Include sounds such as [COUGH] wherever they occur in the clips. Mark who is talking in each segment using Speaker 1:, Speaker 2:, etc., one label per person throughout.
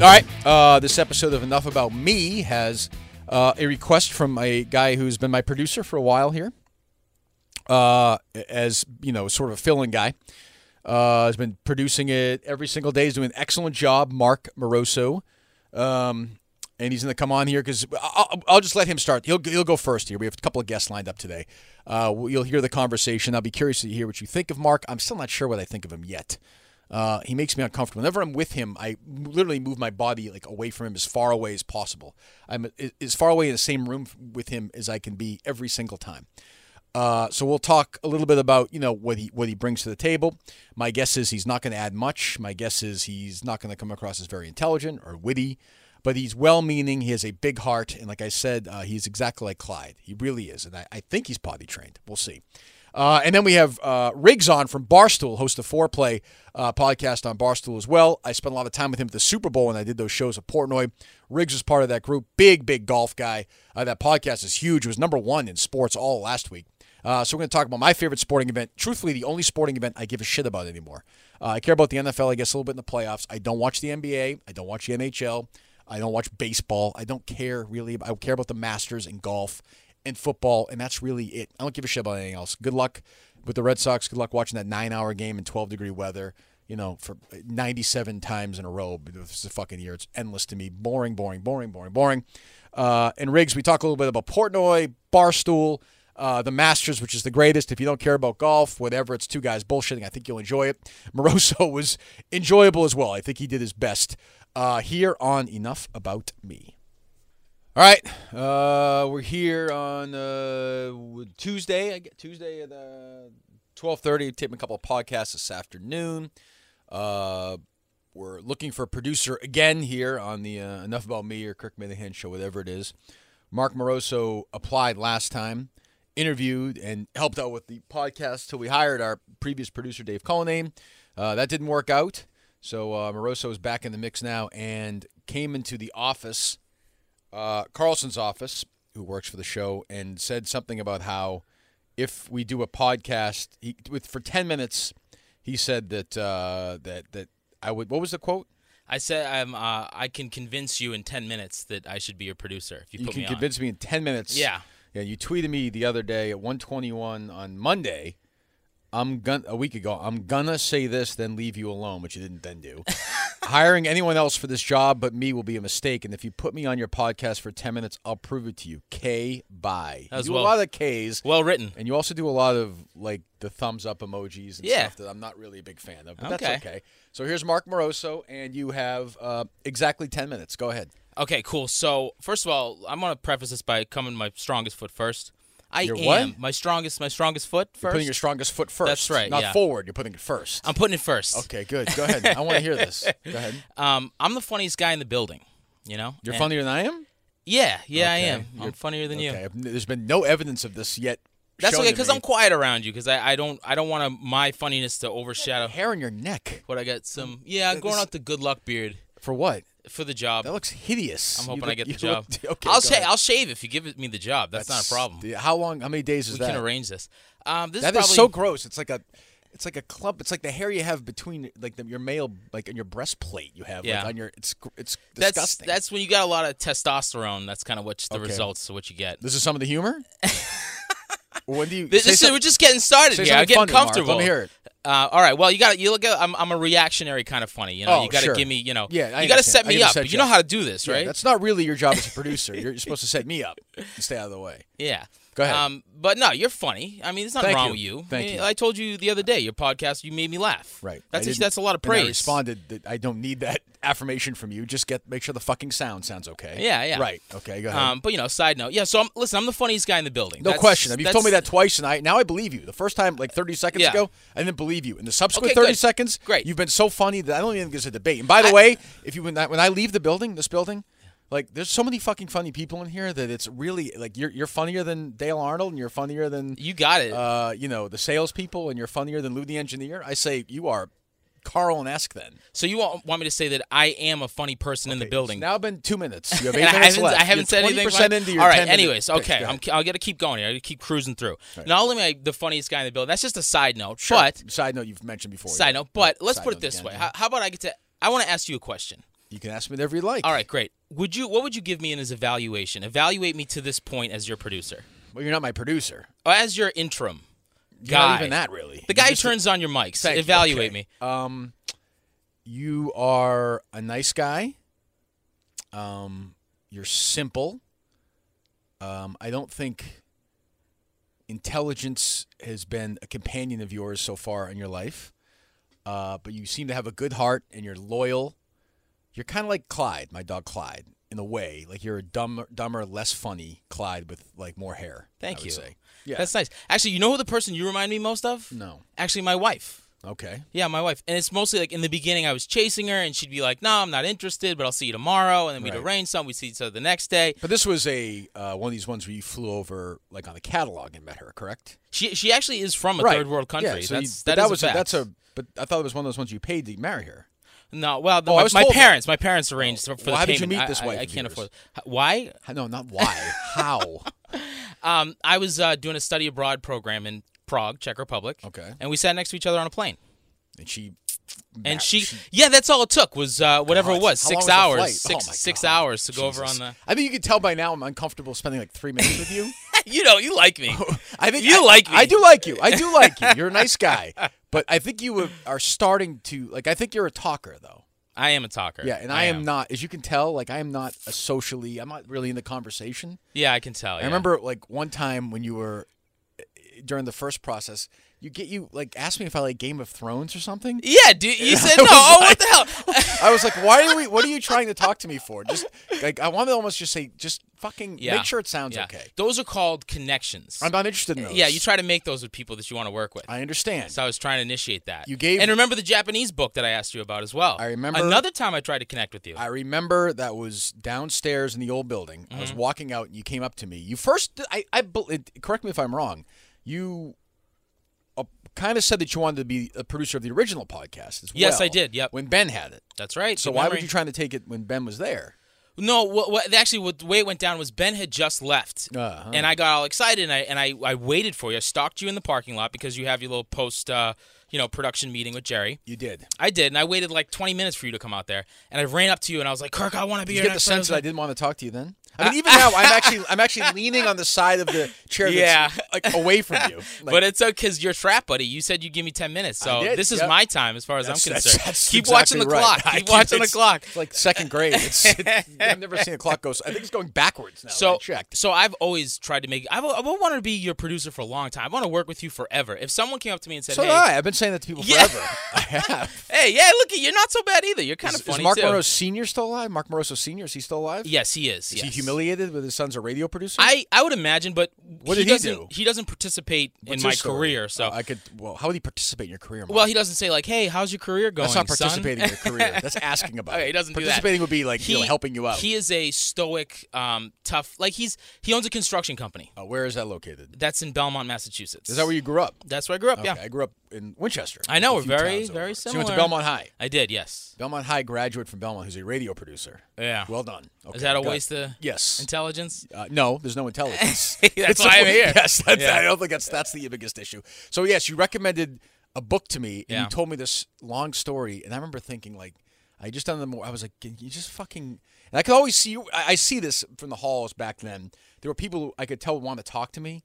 Speaker 1: All right. Uh, this episode of Enough About Me has uh, a request from a guy who's been my producer for a while here, uh, as you know, sort of a fill-in guy. Uh, has been producing it every single day. He's doing an excellent job, Mark Moroso. Um, and he's going to come on here because I'll, I'll just let him start. He'll, he'll go first here. We have a couple of guests lined up today. Uh, we- you'll hear the conversation. I'll be curious to hear what you think of Mark. I'm still not sure what I think of him yet. Uh, he makes me uncomfortable. Whenever I'm with him, I literally move my body like away from him as far away as possible. I'm a- as far away in the same room with him as I can be every single time. Uh, so we'll talk a little bit about you know what he what he brings to the table. My guess is he's not going to add much. My guess is he's not going to come across as very intelligent or witty, but he's well-meaning. He has a big heart, and like I said, uh, he's exactly like Clyde. He really is, and I, I think he's potty trained. We'll see. Uh, and then we have uh, Riggs on from Barstool, host of Foreplay uh, podcast on Barstool as well. I spent a lot of time with him at the Super Bowl when I did those shows at Portnoy. Riggs was part of that group. Big, big golf guy. Uh, that podcast is huge. It was number one in sports all last week. Uh, so we're going to talk about my favorite sporting event. Truthfully, the only sporting event I give a shit about anymore. Uh, I care about the NFL, I guess, a little bit in the playoffs. I don't watch the NBA. I don't watch the NHL. I don't watch baseball. I don't care really. I care about the Masters and golf and football, and that's really it. I don't give a shit about anything else. Good luck with the Red Sox. Good luck watching that nine-hour game in 12-degree weather. You know, for 97 times in a row. This is a fucking year. It's endless to me. Boring, boring, boring, boring, boring. Uh, and Riggs, we talk a little bit about Portnoy, Barstool, uh, the Masters, which is the greatest. If you don't care about golf, whatever, it's two guys bullshitting. I think you'll enjoy it. [LAUGHS] Moroso was enjoyable as well. I think he did his best uh, here on Enough About Me. All right, uh, we're here on uh, Tuesday. I get Tuesday at uh, twelve thirty. Taping a couple of podcasts this afternoon. Uh, we're looking for a producer again here on the uh, Enough About Me or Kirk Minahan show, whatever it is. Mark Moroso applied last time, interviewed, and helped out with the podcast till we hired our previous producer, Dave Cullinane. Uh, that didn't work out. So uh, Moroso is back in the mix now and came into the office, uh, Carlson's office, who works for the show, and said something about how if we do a podcast he, with for 10 minutes, he said that uh, that that I would. What was the quote?
Speaker 2: I said I'm, uh, I can convince you in 10 minutes that I should be your producer if you,
Speaker 1: you
Speaker 2: put
Speaker 1: can
Speaker 2: me on.
Speaker 1: convince me in 10 minutes
Speaker 2: Yeah.
Speaker 1: yeah you tweeted me the other day at 121 on monday i'm gonna a week ago i'm gonna say this then leave you alone which you didn't then
Speaker 2: [LAUGHS]
Speaker 1: do hiring anyone else for this job but me will be a mistake and if you put me on your podcast for 10 minutes i'll prove it to you k bye
Speaker 2: That was
Speaker 1: you do
Speaker 2: well-
Speaker 1: a lot of k's
Speaker 2: Well written.
Speaker 1: and you also do a lot of like the thumbs up emojis and
Speaker 2: Yeah.
Speaker 1: stuff that I'm not really a big fan of, but
Speaker 2: Okay.
Speaker 1: that's okay. So here's Mark Moroso, and you have uh, exactly 10 minutes. Go ahead.
Speaker 2: Okay, cool. So first of all, I'm gonna preface this by coming my strongest foot first. I
Speaker 1: Your
Speaker 2: am
Speaker 1: what?
Speaker 2: my strongest my strongest foot 1st
Speaker 1: You're putting your strongest foot first.
Speaker 2: That's right,
Speaker 1: Not
Speaker 2: yeah.
Speaker 1: forward. You're putting it first.
Speaker 2: I'm putting it first.
Speaker 1: okay, good. Go ahead. I want to hear this.
Speaker 2: [LAUGHS]
Speaker 1: Go ahead.
Speaker 2: Um, I'm the funniest guy in the building. You know.
Speaker 1: You're
Speaker 2: And-
Speaker 1: funnier than I am.
Speaker 2: Yeah, yeah, I am.
Speaker 1: You're-
Speaker 2: I'm funnier than
Speaker 1: Okay.
Speaker 2: you.
Speaker 1: I've- There's been no evidence of this yet.
Speaker 2: That's
Speaker 1: shown
Speaker 2: okay
Speaker 1: to
Speaker 2: because
Speaker 1: me.
Speaker 2: I'm quiet around you because I, I don't I don't want my funniness to overshadow
Speaker 1: hair on your neck.
Speaker 2: what I got. Some yeah, I'm growing out the good luck beard
Speaker 1: For what?
Speaker 2: for the job.
Speaker 1: That looks hideous.
Speaker 2: I'm
Speaker 1: You
Speaker 2: hoping I
Speaker 1: look-
Speaker 2: get the
Speaker 1: you
Speaker 2: job.
Speaker 1: look- [LAUGHS] okay.
Speaker 2: I'll
Speaker 1: go
Speaker 2: sha-
Speaker 1: ahead.
Speaker 2: I'll shave if you give it me the job. That's, not a problem.
Speaker 1: Yeah, How long? How many days is
Speaker 2: we
Speaker 1: that?
Speaker 2: can arrange this. Um, this
Speaker 1: That
Speaker 2: is
Speaker 1: is
Speaker 2: probably,
Speaker 1: so gross. It's like a, it's like a clump. It's like the hair you have between like the, your male, like on your breastplate. You have
Speaker 2: Yeah.
Speaker 1: like on your. It's gr- it's
Speaker 2: That's
Speaker 1: disgusting.
Speaker 2: that's when you got a lot of testosterone. That's kind of what's the
Speaker 1: Okay.
Speaker 2: results of what you get.
Speaker 1: This is some of the
Speaker 2: [LAUGHS]
Speaker 1: humor. when do you?
Speaker 2: This,
Speaker 1: say
Speaker 2: this is,
Speaker 1: some-
Speaker 2: we're just getting started
Speaker 1: say
Speaker 2: here. I'm
Speaker 1: something funny,
Speaker 2: getting
Speaker 1: Mark. Let
Speaker 2: comfortable.
Speaker 1: me hear it.
Speaker 2: Uh, all right. Well, you got you look. At, I'm I'm a reactionary kind of funny. You know,
Speaker 1: Oh,
Speaker 2: you got to
Speaker 1: sure.
Speaker 2: give me. You know,
Speaker 1: Yeah, I
Speaker 2: you got to
Speaker 1: understand.
Speaker 2: set
Speaker 1: I
Speaker 2: me
Speaker 1: gotta
Speaker 2: up.
Speaker 1: set
Speaker 2: but
Speaker 1: you
Speaker 2: you know
Speaker 1: up.
Speaker 2: how to do this,
Speaker 1: Yeah,
Speaker 2: right?
Speaker 1: that's not really your job as a producer. You're supposed to set me up and stay out of the way.
Speaker 2: Yeah.
Speaker 1: Go ahead.
Speaker 2: Um, but no, you're funny. I mean, there's nothing
Speaker 1: Thank
Speaker 2: wrong
Speaker 1: you.
Speaker 2: with you.
Speaker 1: Thank
Speaker 2: I,
Speaker 1: you.
Speaker 2: I told you the other day, your podcast, you made me laugh.
Speaker 1: [LAUGHS] right.
Speaker 2: That's
Speaker 1: I
Speaker 2: a,
Speaker 1: didn't-
Speaker 2: that's a lot of
Speaker 1: and
Speaker 2: praise.
Speaker 1: I responded that I don't need that affirmation from you. Just get make sure the fucking sound sounds okay.
Speaker 2: Yeah, yeah.
Speaker 1: Right. Okay. Go ahead.
Speaker 2: Um, but you know, side note, yeah. So I'm listen. I'm the funniest guy in the building.
Speaker 1: No
Speaker 2: That's-
Speaker 1: question. You've told me that
Speaker 2: that's-
Speaker 1: twice, and I now I believe you. The first time, like 30 seconds
Speaker 2: Yeah.
Speaker 1: ago, I didn't believe you. In the subsequent
Speaker 2: Okay,
Speaker 1: 30
Speaker 2: good.
Speaker 1: seconds,
Speaker 2: Great.
Speaker 1: You've been so funny that I don't even think there's a debate. And by the way, if you when I, when I leave the building, this building, like there's so many fucking funny people in here that it's really like you're you're funnier than Dale Arnold, and you're funnier than
Speaker 2: You got it.
Speaker 1: uh, you know the salespeople, and you're funnier than Lou the engineer. I say you are Carl and Ask then.
Speaker 2: so you want, want me to say that I am a funny person in the building?
Speaker 1: It's now been two minutes. You have eight
Speaker 2: [LAUGHS] and I
Speaker 1: minutes
Speaker 2: haven't,
Speaker 1: left.
Speaker 2: I haven't
Speaker 1: You're
Speaker 2: said anything.
Speaker 1: 20%
Speaker 2: about-
Speaker 1: into your
Speaker 2: All right.
Speaker 1: 10 minute
Speaker 2: Anyways,
Speaker 1: pitch.
Speaker 2: okay.
Speaker 1: Go
Speaker 2: I'm,
Speaker 1: ahead.
Speaker 2: I got to keep going. I got to keep cruising through. Not only am I the funniest guy in the building, that's just a side note. But
Speaker 1: side note you've mentioned before.
Speaker 2: side
Speaker 1: Oh, yeah.
Speaker 2: note. But let's
Speaker 1: Side
Speaker 2: put it
Speaker 1: note
Speaker 2: this
Speaker 1: again,
Speaker 2: way.
Speaker 1: yeah.
Speaker 2: How, how about I get to? I want to ask you a question.
Speaker 1: You can ask me whatever you like.
Speaker 2: All right, great. Would you? What would you give me in his evaluation? Evaluate me to this point as your producer,
Speaker 1: Well, you're not my producer.
Speaker 2: or as your interim
Speaker 1: You're
Speaker 2: guy.
Speaker 1: not even that really.
Speaker 2: The
Speaker 1: You're
Speaker 2: guy who
Speaker 1: just-
Speaker 2: turns on your mics.
Speaker 1: Thank you.
Speaker 2: Evaluate
Speaker 1: Okay.
Speaker 2: me.
Speaker 1: Um, you are a nice guy. Um, you're simple. Um, I don't think intelligence has been a companion of yours so far in your life. Uh, but you seem to have a good heart and you're loyal. You're kind of like Clyde, my dog Clyde, in a way. Like you're a dumber, dumber, less funny Clyde with like more hair. I
Speaker 2: Thank
Speaker 1: would
Speaker 2: you.
Speaker 1: say. Yeah.
Speaker 2: That's nice. Actually, you know who the person you remind me most of?
Speaker 1: No.
Speaker 2: Actually, my wife.
Speaker 1: Okay.
Speaker 2: Yeah, my wife. And it's mostly like in the beginning, I was chasing her, and she'd be like, "No, I'm not interested, but I'll see you tomorrow." And then we'd
Speaker 1: Right.
Speaker 2: arrange something. We'd see each other the next day.
Speaker 1: But this was a uh, one of these ones where you flew over like on a catalog and met her, correct?
Speaker 2: She she actually is from a third world country.
Speaker 1: Yeah, so you-
Speaker 2: that's
Speaker 1: but
Speaker 2: that, is
Speaker 1: was
Speaker 2: a fact.
Speaker 1: that's a. But I thought it was one of those ones you paid to marry her.
Speaker 2: no. Well, no,
Speaker 1: Oh, I
Speaker 2: my,
Speaker 1: was
Speaker 2: my
Speaker 1: told that. Oh,
Speaker 2: parents, my parents arranged for, for
Speaker 1: Well,
Speaker 2: the
Speaker 1: how did you
Speaker 2: payment.
Speaker 1: meet
Speaker 2: I-
Speaker 1: this
Speaker 2: I-
Speaker 1: wife
Speaker 2: I,
Speaker 1: of
Speaker 2: can't
Speaker 1: yours?
Speaker 2: afford. H- Why?
Speaker 1: H- No, not why.
Speaker 2: [LAUGHS]
Speaker 1: How?
Speaker 2: Um, I was uh, doing a study abroad program in Prague, Czech Republic.
Speaker 1: Okay.
Speaker 2: And we sat next to each other on a plane.
Speaker 1: And she.
Speaker 2: And she, yeah, that's all it took was uh, whatever it
Speaker 1: God,
Speaker 2: was,
Speaker 1: how
Speaker 2: six
Speaker 1: long
Speaker 2: hours,
Speaker 1: was the
Speaker 2: six
Speaker 1: flight? Oh, my
Speaker 2: six
Speaker 1: God.
Speaker 2: hours to go over on
Speaker 1: Jesus.
Speaker 2: the.
Speaker 1: I think you can tell by now I'm uncomfortable spending like three minutes with you.
Speaker 2: [LAUGHS] You know, you like me.
Speaker 1: [LAUGHS] I think
Speaker 2: You
Speaker 1: I,
Speaker 2: like me.
Speaker 1: I do like you. I do like you. You're a
Speaker 2: [LAUGHS]
Speaker 1: nice guy. But I think you have- are starting to like. I think you're a talker though.
Speaker 2: I am a talker.
Speaker 1: Yeah, and I, am not, as you can tell, like I am not a socially. I'm not really into conversation.
Speaker 2: Yeah, I can tell.
Speaker 1: I remember like one time when you were eh, during the first process, you get you like asked me if I like Game of Thrones or something.
Speaker 2: Yeah, dude, you
Speaker 1: [LAUGHS] I
Speaker 2: said no.
Speaker 1: was
Speaker 2: Oh,
Speaker 1: like- [LAUGHS]
Speaker 2: what the hell? [LAUGHS]
Speaker 1: I was like, "Why are we? What are you trying to talk to me for?" Just like I want to almost just say, "Just fucking
Speaker 2: Yeah.
Speaker 1: make sure it sounds
Speaker 2: Yeah.
Speaker 1: okay."
Speaker 2: Those are called connections.
Speaker 1: I'm not interested in those.
Speaker 2: [LAUGHS] yeah, you try to make those with people that you want to work with.
Speaker 1: I understand.
Speaker 2: so I was trying to initiate that.
Speaker 1: You gave-
Speaker 2: and remember the Japanese book that I asked you about as well.
Speaker 1: I remember-
Speaker 2: another time I tried to connect with you.
Speaker 1: I remember that was downstairs in the old building. I
Speaker 2: Mm-hmm.
Speaker 1: was walking out, and you came up to me. You first, I, I bel- it, correct me if I'm wrong. You uh, kind of said that you wanted to be a producer of the original podcast as
Speaker 2: Yes,
Speaker 1: well,
Speaker 2: I did, yep.
Speaker 1: when Ben had it.
Speaker 2: That's right.
Speaker 1: So
Speaker 2: good
Speaker 1: why were
Speaker 2: memory.
Speaker 1: you trying to take it when Ben was there?
Speaker 2: No, what, what actually what the way it went down was Ben had just left,
Speaker 1: Uh-huh.
Speaker 2: and I got all excited, and I and I, I waited for you. I stalked you in the parking lot because you have your little post, uh, you know, production meeting with Jerry.
Speaker 1: You did.
Speaker 2: I did, and I waited like 20 minutes for you to come out there, and I ran up to you, and I was like, Kirk, I want to be
Speaker 1: You get
Speaker 2: here.
Speaker 1: the
Speaker 2: next Wednesday."
Speaker 1: sense that I didn't want to talk to you
Speaker 2: [LAUGHS]
Speaker 1: then. I mean, even now, I'm actually I'm actually leaning on the side of the chair.
Speaker 2: Yeah.
Speaker 1: That's, like away from
Speaker 2: [LAUGHS]
Speaker 1: you. Like,
Speaker 2: but it's okay because you're trapped, buddy. You said you'd give me 10 minutes, so
Speaker 1: did,
Speaker 2: this is
Speaker 1: yep.
Speaker 2: my time as far as
Speaker 1: that's-
Speaker 2: I'm
Speaker 1: that's-
Speaker 2: concerned.
Speaker 1: that's
Speaker 2: keep
Speaker 1: exactly
Speaker 2: watching the
Speaker 1: right.
Speaker 2: clock.
Speaker 1: [LAUGHS]
Speaker 2: [LAUGHS]
Speaker 1: I
Speaker 2: Keep watching the
Speaker 1: it's-
Speaker 2: clock.
Speaker 1: It's like second grade. It's, it's- I've never [LAUGHS] seen a clock go. s- I think it's going backwards now. I
Speaker 2: So,
Speaker 1: checked.
Speaker 2: so I've always tried to make. I've, I've wanted to be your producer for a long time. I want to work with you forever. If someone came up to me and said,
Speaker 1: So
Speaker 2: "Hey,
Speaker 1: did I. I've been saying that to people
Speaker 2: Yeah. [LAUGHS]
Speaker 1: forever. I have.
Speaker 2: Hey, yeah, look, you're not so bad either. You're kind
Speaker 1: Is,
Speaker 2: of
Speaker 1: is
Speaker 2: funny
Speaker 1: Mark
Speaker 2: too.
Speaker 1: Moroso Senior still alive? Mark Moroso Senior is he still alive?
Speaker 2: Yes, he is.
Speaker 1: Is
Speaker 2: yes.
Speaker 1: he humiliated with his son's a radio producer?
Speaker 2: I, I would imagine, but
Speaker 1: What
Speaker 2: he
Speaker 1: did he
Speaker 2: doesn't.
Speaker 1: do?
Speaker 2: He doesn't participate
Speaker 1: What's
Speaker 2: in my
Speaker 1: his story?
Speaker 2: career. So,
Speaker 1: Oh, I could. Well, how would he participate in your career? Mark?
Speaker 2: well, he doesn't say like, "Hey, how's your career going?"
Speaker 1: That's not
Speaker 2: son?"
Speaker 1: participating in your career. That's asking about.
Speaker 2: [LAUGHS] Okay,
Speaker 1: it.
Speaker 2: he doesn't do that.
Speaker 1: Participating would be like you know, helping you out.
Speaker 2: He is a stoic, um, tough. Like he's he owns a construction company
Speaker 1: Uh, where is that located?
Speaker 2: that's in Belmont, Massachusetts.
Speaker 1: Is that where you grew up?
Speaker 2: That's where I grew up.
Speaker 1: Okay,
Speaker 2: Yeah,
Speaker 1: I grew up in Winchester.
Speaker 2: I know,
Speaker 1: a
Speaker 2: we're
Speaker 1: few
Speaker 2: very,
Speaker 1: towns over.
Speaker 2: very
Speaker 1: So you went to
Speaker 2: similar.
Speaker 1: Belmont High.
Speaker 2: I did. Yes.
Speaker 1: Belmont High graduate from Belmont who's a radio producer.
Speaker 2: Yeah.
Speaker 1: Well done. Okay,
Speaker 2: is that a
Speaker 1: good.
Speaker 2: waste of
Speaker 1: Yes.
Speaker 2: intelligence?
Speaker 1: Uh, no, there's no intelligence.
Speaker 2: [LAUGHS] That's why I'm here.
Speaker 1: Yes, that's,
Speaker 2: Yeah.
Speaker 1: I don't think that's that's the biggest issue. So yes, you recommended a book to me, and
Speaker 2: Yeah.
Speaker 1: you told me this long story, and I remember thinking like, I just done the more. I was like, can you just fucking. And I could always see you. I, I see this from the halls back then. There were people who I could tell want to talk to me,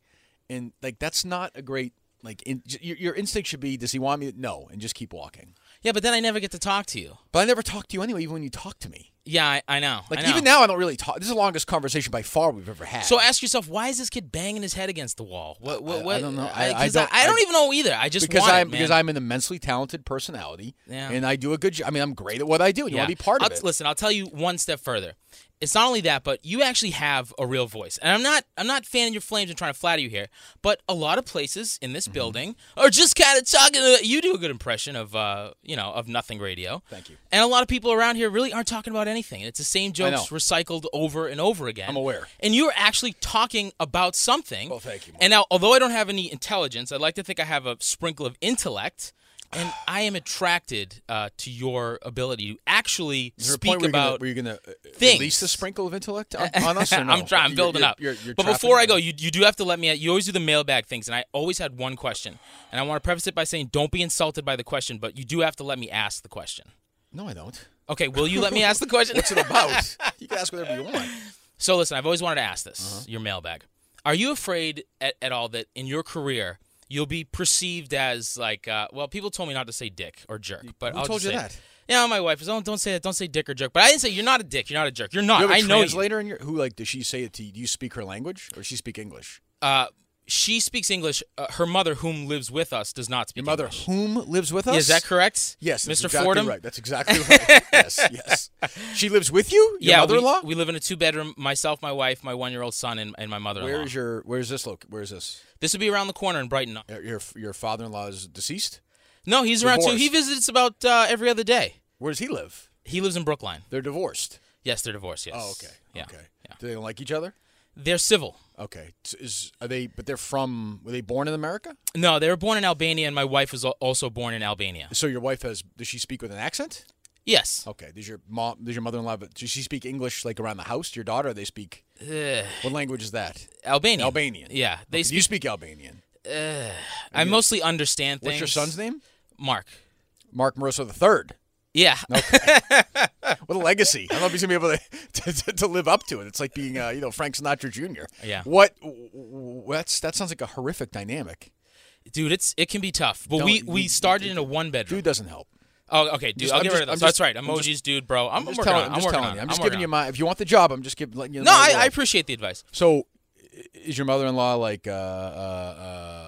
Speaker 1: and like that's not a great like. In, j- your, your instinct should be, does he want me? No, and just keep walking.
Speaker 2: Yeah, but then I never get to talk to you.
Speaker 1: But I never talked to you anyway, even when you talked to me.
Speaker 2: Yeah, I, I know.
Speaker 1: Like
Speaker 2: I know.
Speaker 1: even now, I don't really talk. This is the longest conversation by far we've ever had.
Speaker 2: So ask yourself, why is this kid banging his head against the wall?
Speaker 1: I-
Speaker 2: What?
Speaker 1: I
Speaker 2: What? what
Speaker 1: don't know. I- I
Speaker 2: 'cause
Speaker 1: don't-
Speaker 2: I don't
Speaker 1: I-
Speaker 2: even know either. I just
Speaker 1: because
Speaker 2: want it,
Speaker 1: I'm because
Speaker 2: man.
Speaker 1: I'm an immensely talented personality,
Speaker 2: Yeah.
Speaker 1: and I do a good. jo- I mean, I'm great at what I do, and you want to be part
Speaker 2: I'll,
Speaker 1: of it.
Speaker 2: Listen, I'll tell you one step further. It's not only that, but you actually have a real voice, and I'm not I'm not fanning your flames and trying to flatter you here. But a lot of places in
Speaker 1: Mm-hmm.
Speaker 2: this building are just kind of talking. To, you do a good impression of uh, you know of nothing radio.
Speaker 1: Thank you.
Speaker 2: And a lot of people around here really aren't talking about anything. It's the same
Speaker 1: I know.
Speaker 2: jokes recycled over and over again.
Speaker 1: I'm aware.
Speaker 2: And you're actually talking about something.
Speaker 1: Well, thank you, Mark.
Speaker 2: And now, although I don't have any intelligence, I'd like to think I have a sprinkle of intellect, and I am attracted uh, to your ability to actually
Speaker 1: Is there a
Speaker 2: speak
Speaker 1: point where
Speaker 2: about.
Speaker 1: you're going to
Speaker 2: things.
Speaker 1: release the sprinkle of intellect
Speaker 2: [LAUGHS]
Speaker 1: on, on us? Or no?
Speaker 2: I'm trying. I'm
Speaker 1: You're-
Speaker 2: building
Speaker 1: you're-
Speaker 2: up.
Speaker 1: you're- you're
Speaker 2: but
Speaker 1: trapping
Speaker 2: before I
Speaker 1: me?
Speaker 2: go, you you do have to let me. You always do the mailbag things, and I always had one question, and I want to preface it by saying, don't be insulted by the question, but you do have to let me ask the question.
Speaker 1: no, I don't.
Speaker 2: Okay, will you let me ask the
Speaker 1: [LAUGHS]
Speaker 2: question?
Speaker 1: What's it
Speaker 2: [LAUGHS]
Speaker 1: about? you can ask whatever you want.
Speaker 2: So listen, I've always wanted to ask this,
Speaker 1: Uh-huh.
Speaker 2: your mailbag. Are you afraid at, at all that in your career you'll be perceived as like uh, well, people told me not to say dick or jerk, but
Speaker 1: who
Speaker 2: I'll
Speaker 1: told
Speaker 2: just
Speaker 1: you
Speaker 2: say it.
Speaker 1: that?
Speaker 2: Yeah, my wife is. Oh, don't say that. Don't say dick or jerk. But I didn't say you're not a dick. You're not a jerk. You're not.
Speaker 1: You have a
Speaker 2: I know you.
Speaker 1: translator in your who like does she say it to you? Do you speak her language or does she speak English?
Speaker 2: Uh, she speaks English. Uh, her mother, whom lives with us, does not speak
Speaker 1: Your mother
Speaker 2: English.
Speaker 1: whom lives with us?
Speaker 2: Is that correct?
Speaker 1: Yes, that's
Speaker 2: Mr.
Speaker 1: exactly
Speaker 2: Fordham.
Speaker 1: Right. That's
Speaker 2: [LAUGHS]
Speaker 1: exactly right. yes, yes. She lives with you, your
Speaker 2: yeah, we-
Speaker 1: mother-in-law.
Speaker 2: We, live in a two-bedroom. Myself, my wife, my one-year-old son, and, and my mother-in-law.
Speaker 1: where is your? Where is this? Look, where is this?
Speaker 2: this would be around the corner in Brighton.
Speaker 1: Your- Your your father-in-law is deceased.
Speaker 2: No, he's around too.
Speaker 1: Divorced.
Speaker 2: He visits about uh, every other day.
Speaker 1: Where does he live?
Speaker 2: He lives in Brookline.
Speaker 1: They're divorced.
Speaker 2: Yes, they're divorced. Yes.
Speaker 1: Oh, okay.
Speaker 2: Yeah.
Speaker 1: Okay.
Speaker 2: Yeah.
Speaker 1: Do they don't like each other?
Speaker 2: They're civil.
Speaker 1: Okay. S- Is are they? But they're from. Were they born in America?
Speaker 2: No, they were born in Albania, and my wife was al- also born in Albania.
Speaker 1: So your wife has. Does she speak with an accent?
Speaker 2: Yes.
Speaker 1: Okay. Does your mom? Does your mother-in-law? but Does she speak English like around the house? to Your daughter? Or they speak. what language is that?
Speaker 2: Albanian.
Speaker 1: Albanian.
Speaker 2: Yeah. They
Speaker 1: Okay,
Speaker 2: speak,
Speaker 1: you speak Albanian.
Speaker 2: I mostly understand
Speaker 1: What's
Speaker 2: things.
Speaker 1: your son's name?
Speaker 2: Mark.
Speaker 1: Mark Moroso the third.
Speaker 2: Yeah.
Speaker 1: What a legacy! I don't know if he's gonna be able to [LAUGHS] to, to live up to it. It's like being, uh, you know, Frank Sinatra Jr.
Speaker 2: Yeah.
Speaker 1: What? w- w- That's that sounds like a horrific dynamic.
Speaker 2: [LAUGHS] Dude, it's it can be tough. But
Speaker 1: Don't-
Speaker 2: we,
Speaker 1: you-
Speaker 2: we
Speaker 1: you-
Speaker 2: started in a one bedroom.
Speaker 1: Dude doesn't help.
Speaker 2: oh, okay. Dude,
Speaker 1: just-
Speaker 2: I'll
Speaker 1: I'm
Speaker 2: get
Speaker 1: just-
Speaker 2: rid of
Speaker 1: I'm
Speaker 2: those.
Speaker 1: just-
Speaker 2: That's right.
Speaker 1: I'm
Speaker 2: Emojis, dude, bro. I'm,
Speaker 1: just
Speaker 2: working
Speaker 1: telling,
Speaker 2: on. it.
Speaker 1: I'm just
Speaker 2: working
Speaker 1: telling
Speaker 2: on. it.
Speaker 1: you. I'm just
Speaker 2: working
Speaker 1: giving
Speaker 2: on
Speaker 1: you
Speaker 2: it.
Speaker 1: my. If you want the job, I'm just giving. Letting you know my
Speaker 2: No, I, I
Speaker 1: little-
Speaker 2: appreciate the advice.
Speaker 1: So, i- is your mother-in-law like uh, uh,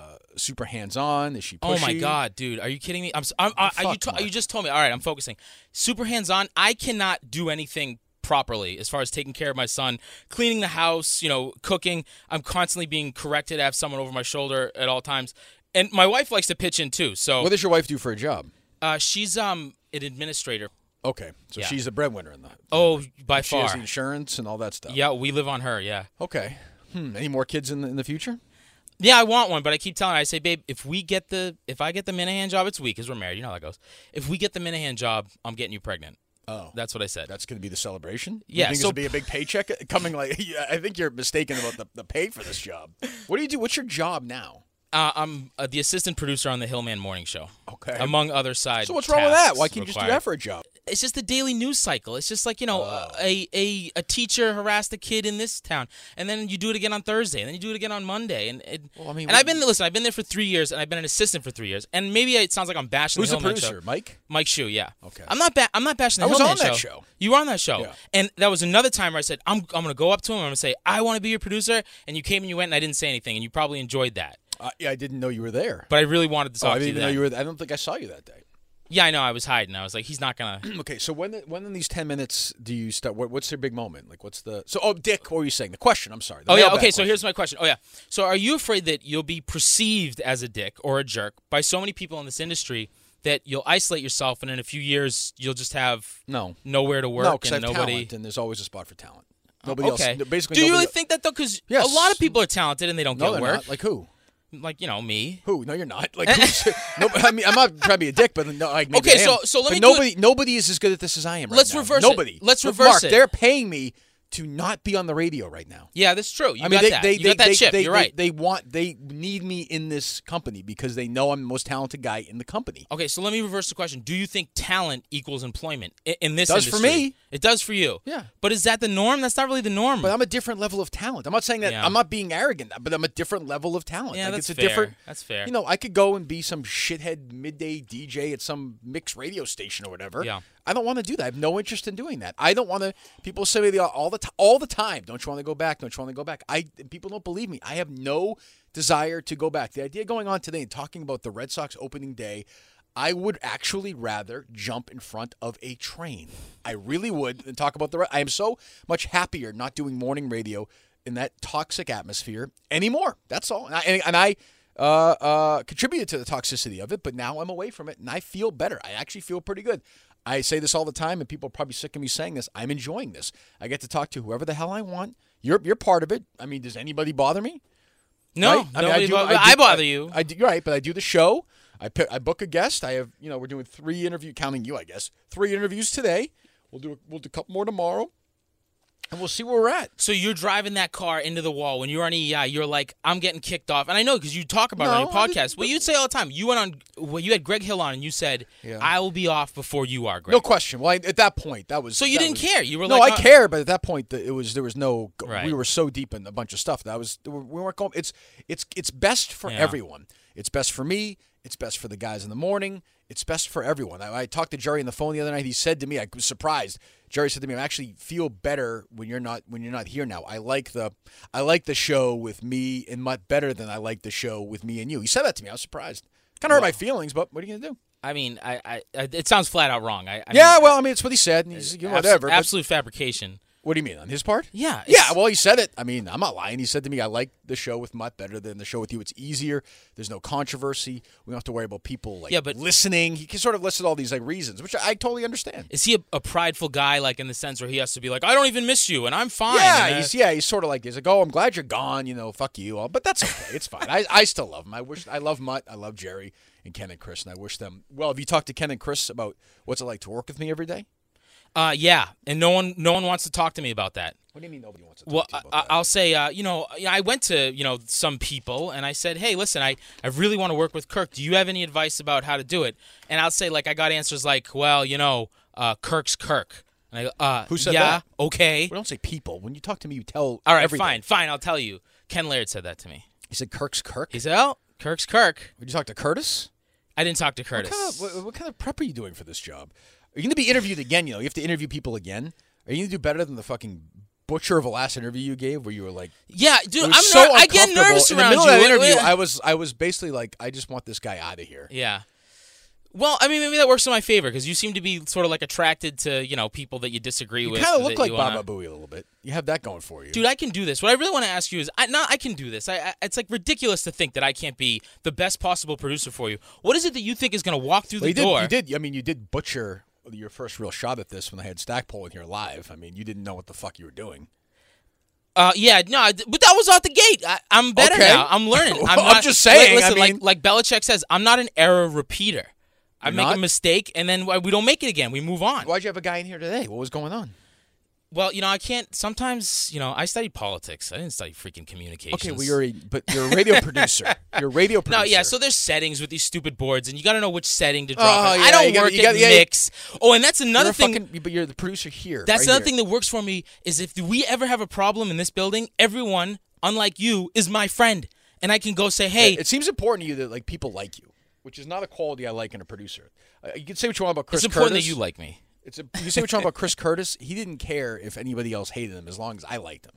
Speaker 1: uh, super hands-on? Is she? Pushy?
Speaker 2: Oh my god, dude! Are you kidding me? I'm. s- I'm I, I, you,
Speaker 1: Fuck,
Speaker 2: to,
Speaker 1: Mark.
Speaker 2: you just told me. All right, I'm focusing. Super hands on. I cannot do anything properly as far as taking care of my son, cleaning the house, you know, cooking. I'm constantly being corrected. I have someone over my shoulder at all times, and my wife likes to pitch in too. So
Speaker 1: What does your wife do for a job?
Speaker 2: uh, she's um an administrator.
Speaker 1: Okay, so
Speaker 2: Yeah.
Speaker 1: she's the breadwinner in the.
Speaker 2: Oh, by
Speaker 1: she
Speaker 2: far.
Speaker 1: has insurance and all that stuff.
Speaker 2: yeah, we live on her. Yeah,
Speaker 1: Okay. Hmm. Any more kids in the, in the future?
Speaker 2: yeah. I want one, but I keep telling her. I say, babe, if we get the if I get the Minahan job, it's weak because we're married. You know how that goes. If we get the Minahan job, I'm getting you pregnant.
Speaker 1: Oh.
Speaker 2: That's what I said.
Speaker 1: That's going to be the celebration.
Speaker 2: Yeah,
Speaker 1: you think
Speaker 2: so-
Speaker 1: will be a big paycheck [LAUGHS] coming. Like, yeah, I think you're mistaken about the, the pay for this job. What do you do? What's your job now?
Speaker 2: Uh, I'm uh, the assistant producer on the Hillman Morning Show.
Speaker 1: Okay.
Speaker 2: Among other side.
Speaker 1: So what's wrong with that?
Speaker 2: tasks
Speaker 1: Why can't you just do
Speaker 2: required.
Speaker 1: that for a job?
Speaker 2: It's just the daily news cycle. It's just like you know, uh,
Speaker 1: Oh.
Speaker 2: a, a a teacher harassed a kid in this town, and then you do it again on Thursday, and then you do it again on Monday, and it,
Speaker 1: Well, I mean,
Speaker 2: and
Speaker 1: we-
Speaker 2: I've been listen, I've been there for three years, and I've been an assistant for three years, and maybe it sounds like I'm bashing
Speaker 1: Who's
Speaker 2: the
Speaker 1: the
Speaker 2: Hillman
Speaker 1: producer,
Speaker 2: Show.
Speaker 1: Mike?
Speaker 2: Mike Shue, yeah.
Speaker 1: Okay.
Speaker 2: I'm not ba- I'm not bashing the
Speaker 1: I was
Speaker 2: Hillman
Speaker 1: on that show.
Speaker 2: You were on that show.
Speaker 1: Yeah.
Speaker 2: And that was another time where I said, I'm I'm gonna go up to him, I'm gonna say, I wanna be your producer, and you came and you went and I didn't say anything, and you probably enjoyed that.
Speaker 1: Uh, yeah, I didn't know you were there.
Speaker 2: But I really wanted to
Speaker 1: oh,
Speaker 2: talk
Speaker 1: I didn't
Speaker 2: to you.
Speaker 1: even know
Speaker 2: then.
Speaker 1: you were. There. I don't think I saw you that day.
Speaker 2: Yeah, I know. I was hiding. I was like, he's
Speaker 1: [CLEARS THROAT]
Speaker 2: not gonna.
Speaker 1: Okay, so when when in these ten minutes do you start? What, what's your big moment? Like, what's the? So, oh, Dick, what were you saying? The question. I'm sorry. the
Speaker 2: Oh yeah.
Speaker 1: mailbag
Speaker 2: Okay. So
Speaker 1: question.
Speaker 2: here's my question. Oh yeah. So are you afraid that you'll be perceived as a dick or a jerk by so many people in this industry that you'll isolate yourself and in a few years you'll just have
Speaker 1: No.
Speaker 2: nowhere to work
Speaker 1: no, because I
Speaker 2: and
Speaker 1: have
Speaker 2: nobody. Oh,
Speaker 1: talent, and there's always a spot for talent. Nobody
Speaker 2: okay.
Speaker 1: else. Basically,
Speaker 2: Do you
Speaker 1: nobody
Speaker 2: really
Speaker 1: el-
Speaker 2: think that though? Because
Speaker 1: Yes.
Speaker 2: a lot of people are talented and they don't
Speaker 1: No,
Speaker 2: get
Speaker 1: they're
Speaker 2: work.
Speaker 1: not. Like who?
Speaker 2: Like, you know me.
Speaker 1: Who? No, you're not. Like, who's, no, I mean, I'm not trying to be a dick, but no, like, maybe
Speaker 2: Eh. Okay,
Speaker 1: I
Speaker 2: so-
Speaker 1: am.
Speaker 2: so let
Speaker 1: But
Speaker 2: me do it-
Speaker 1: Nobody, nobody is as good at this as I am. right
Speaker 2: Let's
Speaker 1: now.
Speaker 2: reverse it.
Speaker 1: Nobody.
Speaker 2: Let's
Speaker 1: Look,
Speaker 2: reverse
Speaker 1: Mark,
Speaker 2: it.
Speaker 1: They're paying me to not be on the radio right now.
Speaker 2: Yeah, that's true. You
Speaker 1: I mean,
Speaker 2: got
Speaker 1: they,
Speaker 2: that.
Speaker 1: they,
Speaker 2: you
Speaker 1: they,
Speaker 2: got that
Speaker 1: they,
Speaker 2: chip.
Speaker 1: They,
Speaker 2: You're right.
Speaker 1: They, they want, they need me in this company because they know I'm the most talented guy in the company.
Speaker 2: Okay, so let me reverse the question. Do you think talent equals employment in, in this
Speaker 1: Does for
Speaker 2: industry?
Speaker 1: me.
Speaker 2: It does for you.
Speaker 1: Yeah.
Speaker 2: But is that the norm? That's not really the norm.
Speaker 1: But I'm a different level of talent. I'm not saying that
Speaker 2: Yeah.
Speaker 1: I'm not being arrogant, but I'm a different level of talent.
Speaker 2: Yeah,
Speaker 1: like,
Speaker 2: that's
Speaker 1: it's a
Speaker 2: fair.
Speaker 1: different.
Speaker 2: That's fair.
Speaker 1: You know, I could go and be some shithead midday DJ at some mixed radio station or whatever.
Speaker 2: Yeah.
Speaker 1: I don't want to do that. I have no interest in doing that. I don't want to. People say to me all- all the t- all the time, "Don't you want to go back? Don't you want to go back?" I people don't believe me. I have no desire to go back. The idea going on today and talking about the Red Sox opening day, I would actually rather jump in front of a train. I really would than talk about the. Red- I am so much happier not doing morning radio in that toxic atmosphere anymore. That's all. And I, and, and I uh, uh, contributed to the toxicity of it, but now I'm away from it and I feel better. I actually feel pretty good. I say this all the time, and people are probably sick of me saying this. I'm enjoying this. I get to talk to whoever the hell I want. You're you're part of it. I mean, does anybody bother me?
Speaker 2: No,
Speaker 1: right? I, mean,
Speaker 2: nobody
Speaker 1: do-
Speaker 2: bother-
Speaker 1: do-
Speaker 2: I bother you.
Speaker 1: I, do, you're right, but I do the show. I pick, I book a guest. I have you know we're doing three interview counting you I guess three interviews today. We'll do a, we'll do a couple more tomorrow, and we'll see where we're at.
Speaker 2: So you're driving that car into the wall when you're on EEI. You're like, I'm getting kicked off, and I know because you talk about it on
Speaker 1: No,
Speaker 2: your
Speaker 1: I didn't-
Speaker 2: podcast. Well, you'd say all the time. You went on. Well, you had Greg Hill on, and you said,
Speaker 1: Yeah.
Speaker 2: "I will be off before you are, Greg."
Speaker 1: No question. Well, I, at that point, that was
Speaker 2: So you
Speaker 1: that
Speaker 2: didn't
Speaker 1: was-
Speaker 2: care. You were
Speaker 1: no,
Speaker 2: like,
Speaker 1: I
Speaker 2: "Oh."
Speaker 1: care, but at that point, the, it was there was no.
Speaker 2: Right.
Speaker 1: We were so deep in a bunch of stuff that was we weren't going. It's it's it's best for
Speaker 2: Yeah.
Speaker 1: everyone. It's best for me. It's best for the guys in the morning. It's best for everyone. I, I talked to Jerry on the phone the other night. He said to me, I was surprised. Jerry said to me, "I actually feel better when you're not when you're not here now. I like the I like the show with me and Mutt better than I like the show with me and you." He said that to me. I was surprised. Kind of hurt my feelings, but what are you gonna do?
Speaker 2: I mean, I, I, I it sounds flat out wrong. I, I
Speaker 1: yeah,
Speaker 2: mean,
Speaker 1: well, I mean, it's what he said, and he's you know,
Speaker 2: abs-
Speaker 1: whatever. but-
Speaker 2: absolute fabrication.
Speaker 1: what do you mean on his part?
Speaker 2: Yeah,
Speaker 1: Yeah,
Speaker 2: it's-
Speaker 1: well, he said it. I mean, I'm not lying. He said to me, "I like the show with Mutt better than the show with you. It's easier. There's no controversy. We don't have to worry about people like
Speaker 2: Yeah, but-
Speaker 1: listening." He sort of listed all these like reasons, which I, I totally understand.
Speaker 2: Is he a, a prideful guy, like in the sense where he has to be like, "I don't even miss you, and I'm fine."
Speaker 1: yeah,
Speaker 2: and, uh,
Speaker 1: he's yeah, he's sort of like he's like, "Oh, I'm glad you're gone. You know, fuck you all." But that's okay. It's fine. I, I still love him. I wish I love Mutt. I love Jerry and Ken and Chris, and I wish them well. Have you talked to Ken and Chris about what's it like to work with me every day?
Speaker 2: uh, yeah, and no one, no one wants to talk to me about that.
Speaker 1: What do you mean nobody wants to talk
Speaker 2: Well,
Speaker 1: to
Speaker 2: I,
Speaker 1: you about
Speaker 2: I-
Speaker 1: that?
Speaker 2: I'll say, uh, you know, I- I went to, you know, some people and I said, hey, listen, I, I really want to work with Kirk. Do you have any advice about how to do it? And I'll say, like, I got answers like, well, you know, uh, Kirk's Kirk. And I go, uh,
Speaker 1: Who said
Speaker 2: yeah,
Speaker 1: that?
Speaker 2: okay.
Speaker 1: we don't say people. When you talk to me, you tell.
Speaker 2: All right,
Speaker 1: everything.
Speaker 2: fine, fine, I'll tell you. Ken Laird said that to me.
Speaker 1: He said, "Kirk's Kirk."
Speaker 2: He said, oh, Kirk's Kirk.
Speaker 1: Would you talk to Curtis?
Speaker 2: I didn't talk to
Speaker 1: What
Speaker 2: Curtis.
Speaker 1: kind, of, what, what kind of prep are you doing for this job? Are you going to be interviewed again? You know, you have to interview people again. Are you going to do better than the fucking butcher of a last interview you gave, where you were like,
Speaker 2: yeah, dude,
Speaker 1: it
Speaker 2: I'm
Speaker 1: was
Speaker 2: ner-
Speaker 1: so
Speaker 2: I get
Speaker 1: uncomfortable.
Speaker 2: nervous
Speaker 1: in
Speaker 2: around
Speaker 1: the middle
Speaker 2: you.
Speaker 1: Of that
Speaker 2: Wait,
Speaker 1: interview,
Speaker 2: wait.
Speaker 1: I was, I was basically like, I just want this guy out of here.
Speaker 2: Yeah. Well, I mean, maybe that works in my favor because you seem to be sort of like attracted to, you know, people that you disagree
Speaker 1: You
Speaker 2: with.
Speaker 1: kind of
Speaker 2: that
Speaker 1: look like
Speaker 2: you wanna-
Speaker 1: Baba Booey a little bit. You have that going for you,
Speaker 2: dude, I can do this. What I really want to ask you is, I not I can do this. I, I it's like ridiculous to think that I can't be the best possible producer for you. What is it that you think is going to walk through
Speaker 1: Well,
Speaker 2: the
Speaker 1: you did,
Speaker 2: door?
Speaker 1: you did. I mean, you did butcher your first real shot at this when I had Stackpole in here live. I mean, you didn't know what the fuck you were doing.
Speaker 2: Uh, yeah, no, I d- but that was out the gate. I, I'm better
Speaker 1: Okay.
Speaker 2: now. I'm
Speaker 1: [LAUGHS]
Speaker 2: learning.
Speaker 1: Well,
Speaker 2: I'm,
Speaker 1: I'm
Speaker 2: not-
Speaker 1: just saying,
Speaker 2: Li- listen,
Speaker 1: I mean-
Speaker 2: like like Belichick says, I'm not an error repeater. I
Speaker 1: You're
Speaker 2: make
Speaker 1: not?
Speaker 2: a mistake and then uh, we don't make it again. We move on.
Speaker 1: Why'd you have a guy in here today? What was going on?
Speaker 2: Well, you know, I can't. Sometimes, you know, I studied politics. I didn't study freaking communications.
Speaker 1: Okay, well, you're a, but you're a radio producer. You're a [LAUGHS] radio producer.
Speaker 2: No, yeah. So there's settings with these stupid boards, and you got to know which setting to drop.
Speaker 1: Oh,
Speaker 2: it.
Speaker 1: yeah,
Speaker 2: I
Speaker 1: you
Speaker 2: don't
Speaker 1: gotta-
Speaker 2: work
Speaker 1: you gotta-
Speaker 2: at
Speaker 1: yeah, you-
Speaker 2: mix. Oh, and that's another
Speaker 1: You're a
Speaker 2: thing.
Speaker 1: fucking- but you're the producer here.
Speaker 2: that's
Speaker 1: right
Speaker 2: another
Speaker 1: here.
Speaker 2: thing that works for me is if we ever have a problem in this building, everyone, unlike you, is my friend, and I can go say, "Hey,
Speaker 1: It seems important to you that like people like you, which is not a quality I like in a producer. Uh, you can say what you want about Chris
Speaker 2: it's important
Speaker 1: Curtis.
Speaker 2: that you like me."
Speaker 1: It's a, you say what you want about Chris Curtis. He didn't care if anybody else hated him as long as I liked him.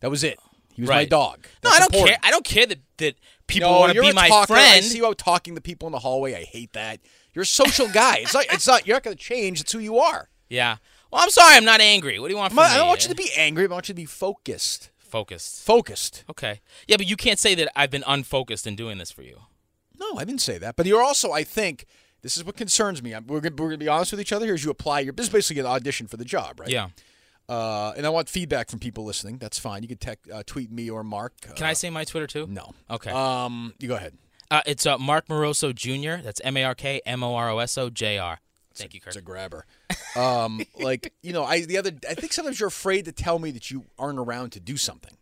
Speaker 1: That was it. He was my
Speaker 2: Right.
Speaker 1: dog.
Speaker 2: No,
Speaker 1: That's
Speaker 2: I don't
Speaker 1: important.
Speaker 2: care. I don't care that that people
Speaker 1: No,
Speaker 2: want to
Speaker 1: you're
Speaker 2: be
Speaker 1: a
Speaker 2: my
Speaker 1: talker. I
Speaker 2: friend.
Speaker 1: see you out talking to people in the hallway. I hate that. You're a social guy. It's not. It's not. You're not going to change. It's who you are.
Speaker 2: yeah. Well, I'm sorry. I'm not angry. What do you want
Speaker 1: I'm
Speaker 2: from
Speaker 1: not-
Speaker 2: me?
Speaker 1: I don't want you to be angry. but I want you to be focused.
Speaker 2: focused.
Speaker 1: Focused.
Speaker 2: Okay. Yeah, but you can't say that I've been unfocused in doing this for you.
Speaker 1: No, I didn't say that. But you're also, I think, this is what concerns me. I'm, we're going to be honest with each other here. Is you apply your, this is basically an audition for the job, right?
Speaker 2: Yeah.
Speaker 1: Uh, and I want feedback from people listening. That's fine. You can tech, uh, tweet me or Mark. Uh,
Speaker 2: Can I say my Twitter too?
Speaker 1: No.
Speaker 2: Okay.
Speaker 1: Um, you go ahead.
Speaker 2: Uh, it's uh, Mark Moroso Jr. That's M A R K M O R O S O J R. Thank you, Kirk.
Speaker 1: It's a grabber.
Speaker 2: [LAUGHS]
Speaker 1: Um, like you know, I the other. I think sometimes you're afraid to tell me that you aren't around to do something.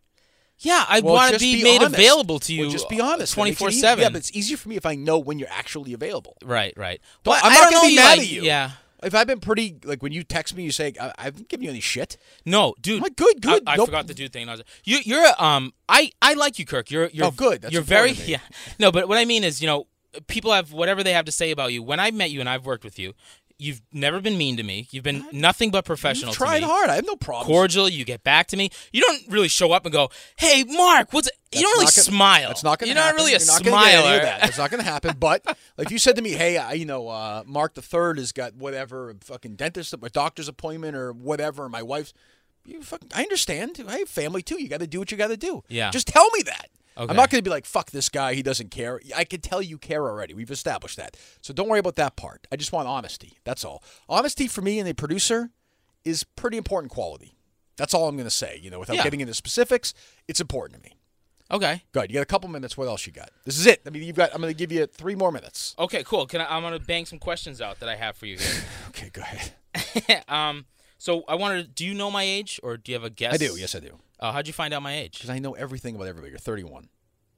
Speaker 2: Yeah, I
Speaker 1: Well,
Speaker 2: want to
Speaker 1: just
Speaker 2: be, made
Speaker 1: honest.
Speaker 2: available to you.
Speaker 1: Well, just be honest. That
Speaker 2: Twenty
Speaker 1: makes it
Speaker 2: four
Speaker 1: easy.
Speaker 2: seven.
Speaker 1: Yeah, but it's easier for me if I know when you're actually available.
Speaker 2: right, right.
Speaker 1: But
Speaker 2: But
Speaker 1: I'm
Speaker 2: I
Speaker 1: not
Speaker 2: don't know
Speaker 1: gonna be
Speaker 2: you
Speaker 1: mad
Speaker 2: like-
Speaker 1: at you.
Speaker 2: Yeah.
Speaker 1: If I've been pretty, like when you text me, you say I, I haven't given you any shit.
Speaker 2: No, dude.
Speaker 1: like, good,
Speaker 2: I-
Speaker 1: good.
Speaker 2: I,
Speaker 1: Nope.
Speaker 2: forgot the dude thing. I was- You, you're a, um. I, I like you, Kirk. You're, you're
Speaker 1: Oh, good. That's
Speaker 2: you're very
Speaker 1: important to me.
Speaker 2: [LAUGHS] yeah. No, but what I mean is, you know, people have whatever they have to say about you. When I met you and I've worked with you, You've never been mean to me. You've been nothing but professional.
Speaker 1: You've
Speaker 2: to
Speaker 1: tried
Speaker 2: me.
Speaker 1: hard. I have no problem.
Speaker 2: cordial. You get back to me. You don't really show up and go, "Hey, Mark, what's?" you don't really
Speaker 1: not gonna-
Speaker 2: smile.
Speaker 1: That's not going to
Speaker 2: You're not
Speaker 1: happen.
Speaker 2: really a
Speaker 1: You're not gonna get any of
Speaker 2: smiler.
Speaker 1: that. It's not going to happen. But [LAUGHS] like you said to me, hey, I, you know, uh, Mark the Third has got whatever a fucking dentist, a doctor's appointment, or whatever. My wife's. You fucking, I understand. I have family too. You got to do what you got to do.
Speaker 2: Yeah.
Speaker 1: Just tell me that.
Speaker 2: Okay.
Speaker 1: I'm not going to be like, fuck this guy. He doesn't care. I can tell you care already. We've established that. So don't worry about that part. I just want honesty. That's all. Honesty for me and a producer is pretty important quality. That's all I'm going to say. You know, without
Speaker 2: Yeah.
Speaker 1: getting into specifics, it's important to me.
Speaker 2: [LAUGHS] Okay.
Speaker 1: Good. You got a couple minutes. What else you got? This is it. I mean, you've got. I'm going to give you three more minutes.
Speaker 2: Okay. Cool. Can I, I'm gonna bang some questions out that I have for you here. [LAUGHS]
Speaker 1: Okay. Go ahead.
Speaker 2: um. So I wanted. to- Do you know my age, or do you have a guess?
Speaker 1: I do. Yes, I do.
Speaker 2: Uh, how'd you find out my age?
Speaker 1: Because I know everything about everybody. You're 31.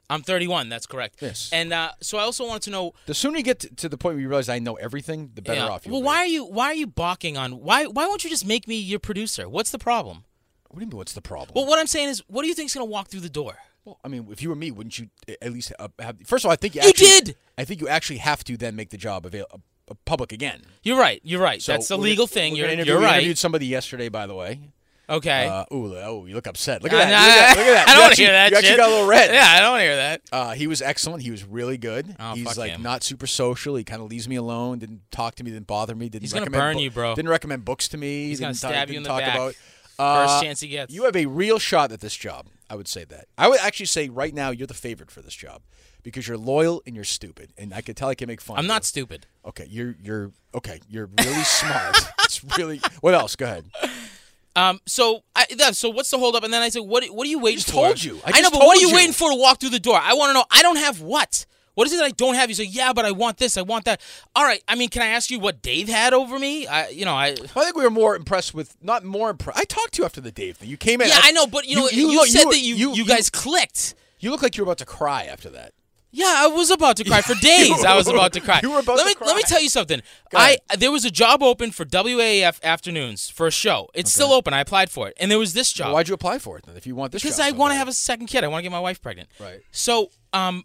Speaker 2: I'm 31. That's correct.
Speaker 1: Yes.
Speaker 2: And uh, so I also wanted to know.
Speaker 1: The sooner you get to, to the point where you realize I know everything, the better
Speaker 2: yeah,
Speaker 1: off you.
Speaker 2: well,
Speaker 1: will be.
Speaker 2: why are you why are you balking on why why won't you just make me your producer? What's the problem?
Speaker 1: What do you mean? What's the problem?
Speaker 2: Well, what I'm saying is, what do you think's gonna walk through the door?
Speaker 1: Well, I mean, if you were me, wouldn't you a- at least uh, have? First of all, I think you,
Speaker 2: You
Speaker 1: actually,
Speaker 2: did!
Speaker 1: I think you actually have to then make the job avail- uh, uh, public again.
Speaker 2: You're right. You're right.
Speaker 1: So
Speaker 2: That's the
Speaker 1: we're-
Speaker 2: legal
Speaker 1: we're
Speaker 2: thing.
Speaker 1: gonna
Speaker 2: You're,
Speaker 1: interview-
Speaker 2: you're
Speaker 1: we
Speaker 2: right.
Speaker 1: interviewed somebody yesterday, by the way.
Speaker 2: Okay.
Speaker 1: Uh, ooh, oh, you look upset. Look at
Speaker 2: I-
Speaker 1: that. look at that. Look at [LAUGHS] that.
Speaker 2: [LAUGHS] I
Speaker 1: You
Speaker 2: don't want to
Speaker 1: actually-
Speaker 2: hear that
Speaker 1: You actually
Speaker 2: shit.
Speaker 1: got a little red.
Speaker 2: Yeah, I don't want to hear that.
Speaker 1: Uh, he was excellent. He was really good.
Speaker 2: Oh,
Speaker 1: He's
Speaker 2: fuck
Speaker 1: like
Speaker 2: him.
Speaker 1: not super social. He kind of leaves me alone. Didn't talk to me. Didn't bother me. Didn't
Speaker 2: He's gonna
Speaker 1: recommend
Speaker 2: burn you, bro.
Speaker 1: Didn't recommend books to me.
Speaker 2: He's gonna
Speaker 1: didn't ta-
Speaker 2: stab you in
Speaker 1: didn't
Speaker 2: the
Speaker 1: talk
Speaker 2: back.
Speaker 1: About,
Speaker 2: First
Speaker 1: Uh,
Speaker 2: chance he gets.
Speaker 1: You have a real shot at this job. I would say that. I would actually say right now you're the favorite for this job because you're loyal and you're stupid, and I could tell I can make fun.
Speaker 2: I'm
Speaker 1: of
Speaker 2: not
Speaker 1: you.
Speaker 2: stupid.
Speaker 1: okay, you're you're okay. You're really smart. [LAUGHS] It's really. What else? Go ahead.
Speaker 2: Um, so I, that, so what's the holdup? And then I said, what What are you waiting
Speaker 1: just
Speaker 2: for?
Speaker 1: told you. I
Speaker 2: know,
Speaker 1: just
Speaker 2: but what are
Speaker 1: told
Speaker 2: you
Speaker 1: you.
Speaker 2: waiting for to walk through the door? I want to know. I don't have what. What is it that I don't have? You say, yeah, but I want this. I want that. All right. I mean, can I ask you what Dave had over me? I, you know, I.
Speaker 1: Well, I think we were more impressed with not more impressed. I talked to you after the Dave thing. You came in.
Speaker 2: Yeah, I know, but you know, you,
Speaker 1: look-
Speaker 2: said
Speaker 1: were-
Speaker 2: that you, you guys clicked.
Speaker 1: You look like you were about to cry after that.
Speaker 2: Yeah, I was about
Speaker 1: [LAUGHS]
Speaker 2: to cry for days. I was about to cry.
Speaker 1: You were about
Speaker 2: let
Speaker 1: to
Speaker 2: me,
Speaker 1: cry.
Speaker 2: Let me tell you something.
Speaker 1: Go
Speaker 2: I
Speaker 1: ahead.
Speaker 2: there was a job open for WAF afternoons for a show. It's still open. I applied for it, and there was this job.
Speaker 1: Why'd you apply for it then? If you want this,
Speaker 2: because
Speaker 1: job
Speaker 2: I
Speaker 1: so
Speaker 2: want to
Speaker 1: bad?
Speaker 2: have a second kid. I want to get my wife pregnant.
Speaker 1: Right.
Speaker 2: So, um,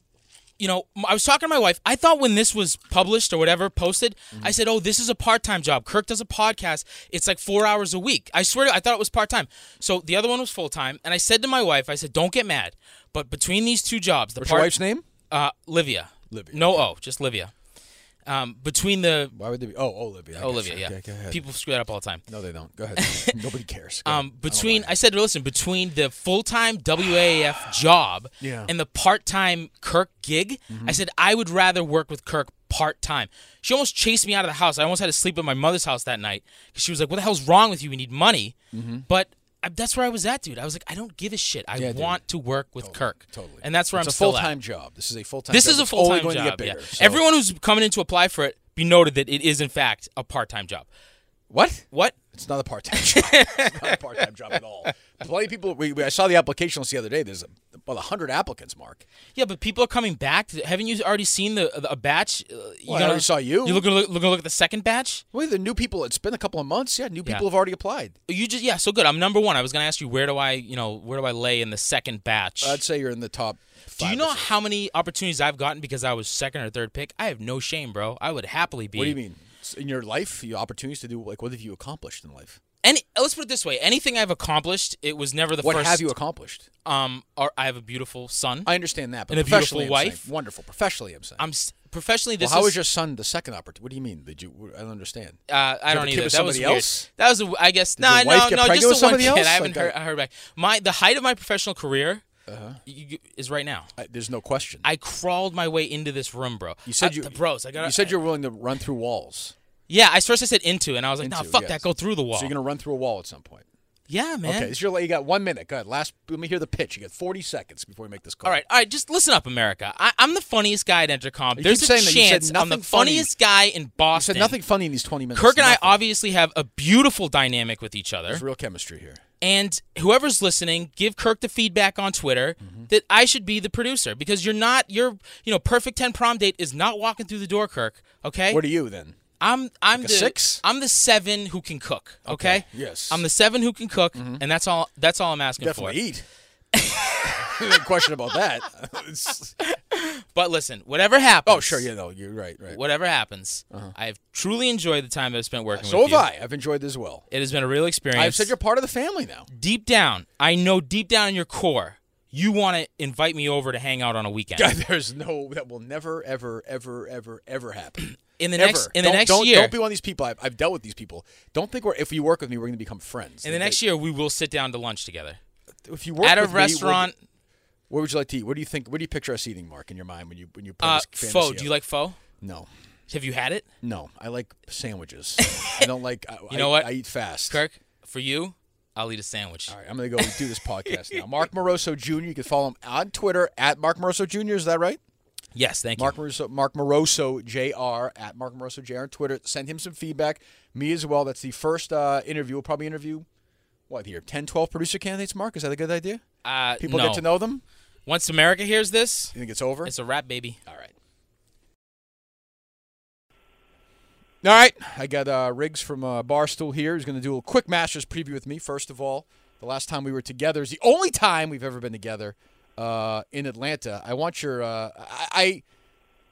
Speaker 2: you know, m- I was talking to my wife. I thought when this was published or whatever posted,
Speaker 1: Mm-hmm.
Speaker 2: I said, "Oh, this is a part-time job." Kirk does a podcast. It's like four hours a week. I swear, to I thought it was part-time. So the other one was full-time. And I said to my wife, "I said, don't get mad, but between these two jobs, the
Speaker 1: What's
Speaker 2: part-
Speaker 1: your wife's name?
Speaker 2: uh, Livia.
Speaker 1: Livia,
Speaker 2: No O, just Livia. Um, between the
Speaker 1: Why would they be? Oh, Olivia. I guess.
Speaker 2: Olivia, yeah.
Speaker 1: Okay, go ahead.
Speaker 2: People screw that up all the time.
Speaker 1: no, they don't. Go ahead.
Speaker 2: [LAUGHS]
Speaker 1: Nobody cares. Go
Speaker 2: Um,
Speaker 1: ahead.
Speaker 2: between I, said, listen, between the full
Speaker 1: [SIGHS]
Speaker 2: time WAF job
Speaker 1: Yeah. Mm-hmm.
Speaker 2: and the part time Kirk gig, I said I would rather work with Kirk part time. She almost chased me out of the house. I almost had to sleep at my mother's house that night because she was like, "What the hell's wrong with you? We need money." But I, that's where I was at, dude. I was like, I don't give a shit. I
Speaker 1: Mm-hmm. Yeah, dude.
Speaker 2: want to work with Kirk.
Speaker 1: Totally.
Speaker 2: And that's where
Speaker 1: it's
Speaker 2: I'm
Speaker 1: a
Speaker 2: still at.
Speaker 1: full-time job. This is a full-time.
Speaker 2: This
Speaker 1: job.
Speaker 2: is a
Speaker 1: It's
Speaker 2: full
Speaker 1: only
Speaker 2: time
Speaker 1: going
Speaker 2: job.
Speaker 1: To get bigger,
Speaker 2: yeah.
Speaker 1: so-
Speaker 2: Everyone who's coming in to apply for it, be noted that it is in fact a part time job.
Speaker 1: What?
Speaker 2: What?
Speaker 1: It's not a
Speaker 2: [LAUGHS]
Speaker 1: part-time job. it's not a part-time job at all. Plenty of people. We, we, I saw the applications the other day. There's about hundred applicants. Mark.
Speaker 2: Yeah, but people are coming back. Haven't you already seen the, the a batch? Uh, You
Speaker 1: Well, I already saw you.
Speaker 2: You look look, look, look at the second batch.
Speaker 1: Wait, the new people. It's been a couple of months. Yeah, new
Speaker 2: Yeah.
Speaker 1: people have already applied.
Speaker 2: You just yeah, so good. I'm number one. I was gonna ask you where do I you know where do I lay in the second batch?
Speaker 1: I'd say you're in the top.
Speaker 2: do
Speaker 1: five
Speaker 2: you
Speaker 1: or
Speaker 2: know
Speaker 1: so.
Speaker 2: how many opportunities I've gotten because I was second or third pick? I have no shame, bro. I would happily be.
Speaker 1: What do you mean? In your life, you opportunities to do like what have you accomplished in life?
Speaker 2: Any, let's put it this way: anything I've accomplished, it was never the
Speaker 1: what
Speaker 2: first.
Speaker 1: have you accomplished?
Speaker 2: Um, or I have a beautiful son.
Speaker 1: I understand that, but
Speaker 2: And a beautiful
Speaker 1: professionally, I'm
Speaker 2: wife?
Speaker 1: saying- wonderful. Professionally, I'm saying.
Speaker 2: I'm s- professionally.
Speaker 1: well,
Speaker 2: This
Speaker 1: how
Speaker 2: is
Speaker 1: was your son the second opportunity? What do you mean? Did you? I don't understand.
Speaker 2: Uh, I
Speaker 1: you have
Speaker 2: don't
Speaker 1: a kid
Speaker 2: either.
Speaker 1: with
Speaker 2: that was
Speaker 1: somebody
Speaker 2: weird.
Speaker 1: else?
Speaker 2: That was a, I guess no,
Speaker 1: your wife
Speaker 2: no,
Speaker 1: get
Speaker 2: no.
Speaker 1: pregnant
Speaker 2: Just
Speaker 1: with
Speaker 2: the one
Speaker 1: somebody
Speaker 2: kid.
Speaker 1: else?
Speaker 2: I haven't
Speaker 1: Like, Uh-huh.
Speaker 2: heard,
Speaker 1: uh,
Speaker 2: I heard back. My the height of my professional career y- y- is right now.
Speaker 1: I, there's no question.
Speaker 2: I crawled my way into this room, bro.
Speaker 1: you said
Speaker 2: I,
Speaker 1: you,
Speaker 2: the bros. I got
Speaker 1: You said you're willing to run through walls.
Speaker 2: Yeah, I first I said into, and I was like, no,
Speaker 1: Into,
Speaker 2: fuck
Speaker 1: yes.
Speaker 2: that. Go through the wall.
Speaker 1: So you're gonna run through a wall at some point.
Speaker 2: yeah, man.
Speaker 1: Okay, this is your, you got one minute. Go ahead. Last, let me hear the pitch. You got 40 seconds before we make this call.
Speaker 2: All right, all right. Just listen up, America. I, I'm the funniest guy at Entercom.
Speaker 1: You
Speaker 2: There's
Speaker 1: keep
Speaker 2: a
Speaker 1: saying that. You said
Speaker 2: chance I'm the
Speaker 1: nothing funny.
Speaker 2: funniest guy in
Speaker 1: You said
Speaker 2: Boston.
Speaker 1: nothing funny in these 20 minutes.
Speaker 2: Kirk and I
Speaker 1: Nothing.
Speaker 2: obviously have a beautiful dynamic with each other.
Speaker 1: There's real chemistry here.
Speaker 2: And whoever's listening, give Kirk the feedback on Twitter
Speaker 1: Mm-hmm.
Speaker 2: that I should be the producer because you're not your you know perfect ten prom date is not walking through the door, Kirk. Okay,
Speaker 1: What are you then?
Speaker 2: I'm I'm
Speaker 1: a
Speaker 2: the
Speaker 1: six?
Speaker 2: I'm the seven who can cook. Okay,
Speaker 1: Okay, yes. Mm-hmm.
Speaker 2: I'm the seven who can cook, and that's all that's all I'm asking
Speaker 1: Definitely
Speaker 2: for.
Speaker 1: [LAUGHS]
Speaker 2: [LAUGHS]
Speaker 1: eat. no question about that. It's-
Speaker 2: But listen, whatever happens.
Speaker 1: Oh, sure. Yeah, no, you're right. Right.
Speaker 2: Whatever happens, I have truly enjoyed the time I've spent working
Speaker 1: Uh, So
Speaker 2: with
Speaker 1: have
Speaker 2: you.
Speaker 1: I. I've enjoyed this as well.
Speaker 2: It has been a real experience.
Speaker 1: I've said you're part of the family
Speaker 2: [LAUGHS]
Speaker 1: now.
Speaker 2: deep down, I know deep down in your core, you want to invite me over to hang out on a
Speaker 1: [LAUGHS]
Speaker 2: weekend.
Speaker 1: God, there's no that will never, ever, ever, ever, ever happen.
Speaker 2: In [CLEARS THROAT] the
Speaker 1: Ever.
Speaker 2: next in
Speaker 1: Don't-
Speaker 2: the next
Speaker 1: don't-
Speaker 2: year,
Speaker 1: don't be one of these people. I've, I've dealt with these people. Don't think we're if you work with me, we're going to become friends.
Speaker 2: in the next year, we will sit down to lunch together
Speaker 1: if you work
Speaker 2: at a
Speaker 1: with me, we'll-
Speaker 2: restaurant.
Speaker 1: where would you like to eat? What do you think? What do you picture us eating, Mark, in your mind when you when you put
Speaker 2: uh,
Speaker 1: this fantasy
Speaker 2: pho.
Speaker 1: up?
Speaker 2: Do you like pho?
Speaker 1: No,
Speaker 2: Have you had it,
Speaker 1: no. I like
Speaker 2: [LAUGHS]
Speaker 1: sandwiches. I don't like. I,
Speaker 2: You know
Speaker 1: I-
Speaker 2: what?
Speaker 1: I eat fast.
Speaker 2: Kirk? For you, I'll eat a sandwich.
Speaker 1: All right, I'm going to go do this podcast now. Mark Moroso Jr. You can follow him on Twitter at Mark Moroso Jr. Is that right?
Speaker 2: Yes, thank
Speaker 1: Mark
Speaker 2: you.
Speaker 1: Moroso, Mark Moroso Jr. at Mark Moroso Jr. on Twitter. Send him some feedback. Me as well. That's the first uh, interview. We'll probably interview what here 10, 12 producer candidates. Mark, is that a good idea?
Speaker 2: Uh,
Speaker 1: People
Speaker 2: no.
Speaker 1: get to know them.
Speaker 2: Once America hears this,
Speaker 1: You think it's over?
Speaker 2: it's a wrap, baby.
Speaker 1: All right. All right. I got uh, Riggs from uh, Barstool here. He's going to do a quick Masters preview with me. First of all, the last time we were together is the only time we've ever been together uh, in Atlanta. I want your. Uh, I, I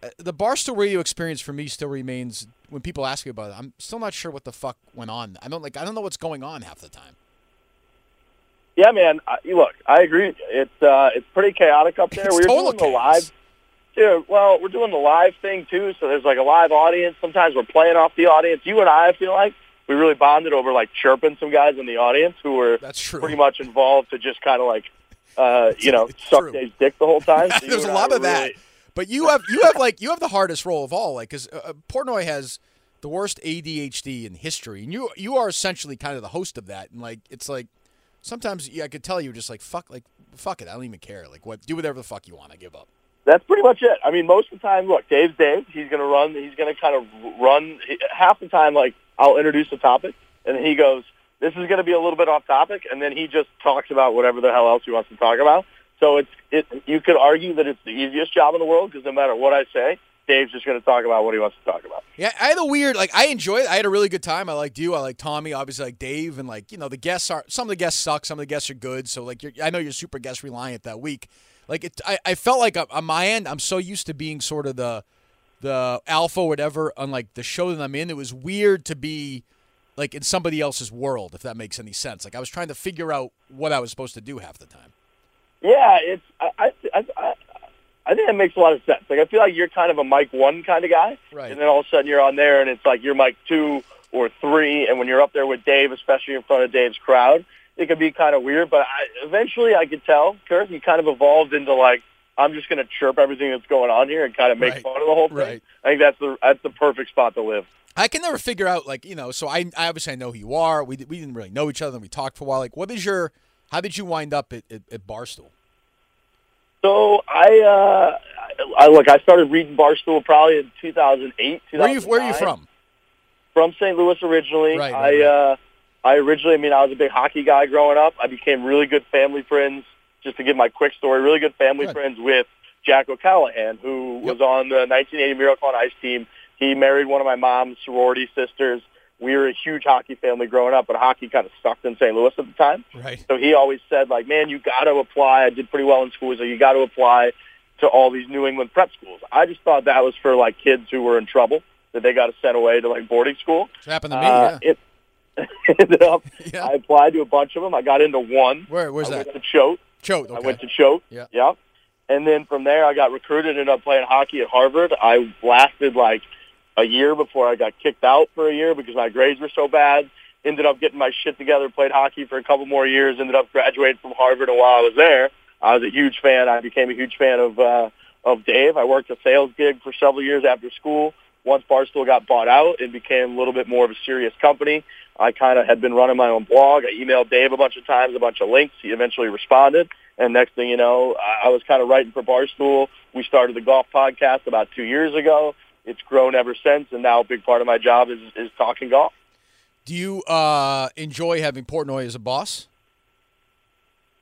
Speaker 1: uh, the Barstool radio experience for me still remains. When people ask me about it, I'm still not sure what the fuck went on. I don't like. I don't know what's going on half the time.
Speaker 3: Yeah, man. I, you look, I agree. with you. It's uh, it's pretty chaotic up there.
Speaker 1: It's
Speaker 3: we were
Speaker 1: total
Speaker 3: doing the
Speaker 1: chaos.
Speaker 3: live, dude. Well, we're doing the live thing too, so there's like a live audience. Sometimes we're playing off the audience. You and I, I feel like we really bonded over like chirping some guys in the audience who were
Speaker 1: That's true.
Speaker 3: pretty much involved to just kind of like, uh, you know,
Speaker 1: it's
Speaker 3: suck
Speaker 1: true.
Speaker 3: Dave's dick the
Speaker 1: [LAUGHS]
Speaker 3: whole time. So you
Speaker 1: There's a
Speaker 3: and I
Speaker 1: lot
Speaker 3: were
Speaker 1: of that.
Speaker 3: really-
Speaker 1: But you have you have like you have the hardest role of all, like because uh, uh, Portnoy has the worst ADHD in history, and you you are essentially kind of the host of that, and like it's like sometimes yeah, I could tell you just like fuck like fuck it, I don't even care, like what do whatever the fuck you want, I give up.
Speaker 3: That's pretty much it. I mean, most of the time, look, Dave's Dave. He's going to run. He's going to kind of run. he- Half the time, like, I'll introduce the topic, and he goes, this is going to be a little bit off topic, and then he just talks about whatever the hell else he wants to talk about. So it's it. you could argue that it's the easiest job in the world because no matter what I say, Dave's just going to talk about what he wants to talk about.
Speaker 1: Yeah, I had a weird like I enjoyed. it. I had a really good time. I liked you. I liked Tommy. Obviously, I like Dave, and like you know the guests are some of the guests suck. Some of the guests are good. So like you're, I know you're super guest reliant that week. Like it, I, I felt like uh, on my end, I'm so used to being sort of the the alpha whatever on like the show that I'm in. It was weird to be like in somebody else's world, if that makes any sense. Like I was trying to figure out what I was supposed to do half the time.
Speaker 3: Yeah, it's I I I, I- I think that makes a lot of sense. Like I feel like you're kind of a Mike one kind of guy,
Speaker 1: Right.
Speaker 3: and then all of a sudden you're on there, and it's like you're Mike two or three, and when you're up there with Dave, especially in front of Dave's crowd, it could be kind of weird. But I, eventually, I could tell Kirk, you kind of evolved into like I'm just going to chirp everything that's going on here and kind of make
Speaker 1: Right.
Speaker 3: fun of the whole thing.
Speaker 1: Right.
Speaker 3: I think that's the that's the perfect spot to live.
Speaker 1: I can never figure out like you know. So I, I obviously I know who you are. We, we didn't really know each other. and We talked for a while. Like, what is your? How did you wind up at, at, at Barstool?
Speaker 3: So I, uh, I I- look. I started reading Barstool probably in 2008.
Speaker 1: Where are you Where are you
Speaker 3: 2009.
Speaker 1: from?
Speaker 3: from St. Louis originally.
Speaker 1: Right, right,
Speaker 3: I uh I originally I mean I was a big hockey guy growing up. I became really good family friends just to give my quick story, really good family
Speaker 1: Good.
Speaker 3: friends with Jack O'Callahan who was on the 1980 Miracle on Ice team. He married one of my mom's sorority sisters. We were a huge hockey family growing up, but hockey kind of sucked in St. Louis at the time.
Speaker 1: Right.
Speaker 3: So he always said, like, man, you got to apply. I did pretty well in school, so you got to apply to all these New England prep schools. I just thought that was for like kids who were in trouble that they got sent away to like boarding school.
Speaker 1: It's happened to me.
Speaker 3: Uh,
Speaker 1: yeah.
Speaker 3: it [LAUGHS] ended up.
Speaker 1: Yeah.
Speaker 3: I applied to a bunch of them. I got into one.
Speaker 1: Where Where's
Speaker 3: I
Speaker 1: that?
Speaker 3: went to Choate.
Speaker 1: Choate. Okay.
Speaker 3: I went to Choate.
Speaker 1: Yeah.
Speaker 3: Yep. And then from there, I got recruited. Ended up playing hockey at Harvard. I lasted like a year before I got kicked out for a year because my grades were so bad. Ended up getting my shit together. Played hockey for a couple more years. Ended up graduating from Harvard. And while I was there, I was a huge fan. I became a huge fan of uh, of Dave. I worked a sales gig for several years after school. Once Barstool got bought out and became a little bit more of a serious company, I kind of had been running my own blog. I emailed Dave a bunch of times, a bunch of links. He eventually responded. And next thing you know, I, I was kind of writing for Barstool. We started the golf podcast about two years ago. It's grown ever since, and now a big part of my job is, is talking golf.
Speaker 1: Do you uh, enjoy having Portnoy as a boss?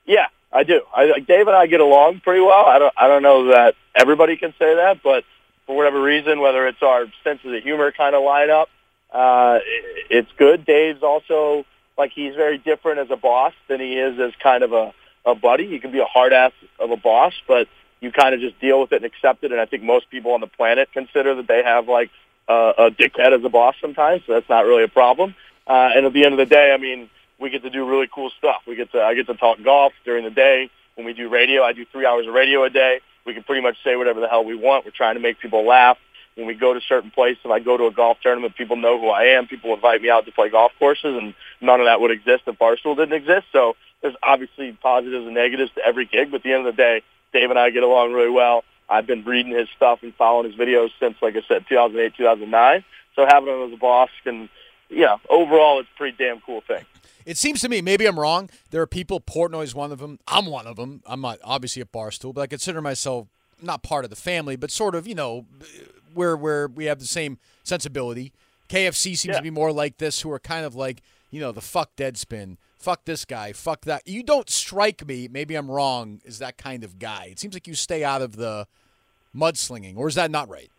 Speaker 3: Yeah, I do. I, like, Dave and I get along pretty well. I don't, I don't know that everybody can say that, but for whatever reason, whether it's our senses of humor kind of lineup, uh, it, it's good. Dave's also like he's very different as a boss than he is as kind of a, a buddy. He can be a hard ass of a boss, but you kind of just deal with it and accept it. And I think most people on the planet consider that they have like uh, a dickhead as a boss sometimes, so that's not really a problem. Uh, and at the end of the day, I mean, we get to do really cool stuff. We get to I get to talk golf during the day. When we do radio, I do three hours of radio a day. We can pretty much say whatever the hell we want. We're trying to make people laugh. When we go to certain places, if I go to a golf tournament, people know who I am. People invite me out to play golf courses, and none of that would exist if Barstool didn't exist. So there's obviously positives and negatives to every gig, but at the end of the day, Dave and I get along really well. I've been reading his stuff and following his videos since, like I said, 2008, 2009. So having him as a boss can, yeah, overall, it's a pretty damn cool thing.
Speaker 1: It seems to me, maybe I'm wrong. There are people. Portnoy's one of them. I'm one of them. I'm not obviously a barstool, but I consider myself not part of the family, but sort of, you know, where where we have the same sensibility. KFC seems
Speaker 3: Yeah.
Speaker 1: to be more like this, who are kind of like, you know, the fuck Deadspin, fuck this guy, fuck that. You don't strike me. Maybe I'm wrong. Is that kind of guy? It seems like you stay out of the mudslinging, or is that not right?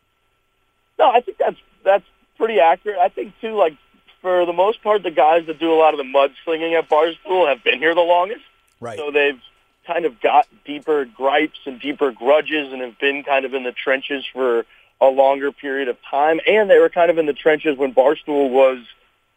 Speaker 3: No, I think that's that's pretty accurate. I think too, like for the most part, the guys that do a lot of the mudslinging at Barstool have been here the longest.
Speaker 1: Right.
Speaker 3: So they've kind of got deeper gripes and deeper grudges and have been kind of in the trenches for a longer period of time. And they were kind of in the trenches when Barstool was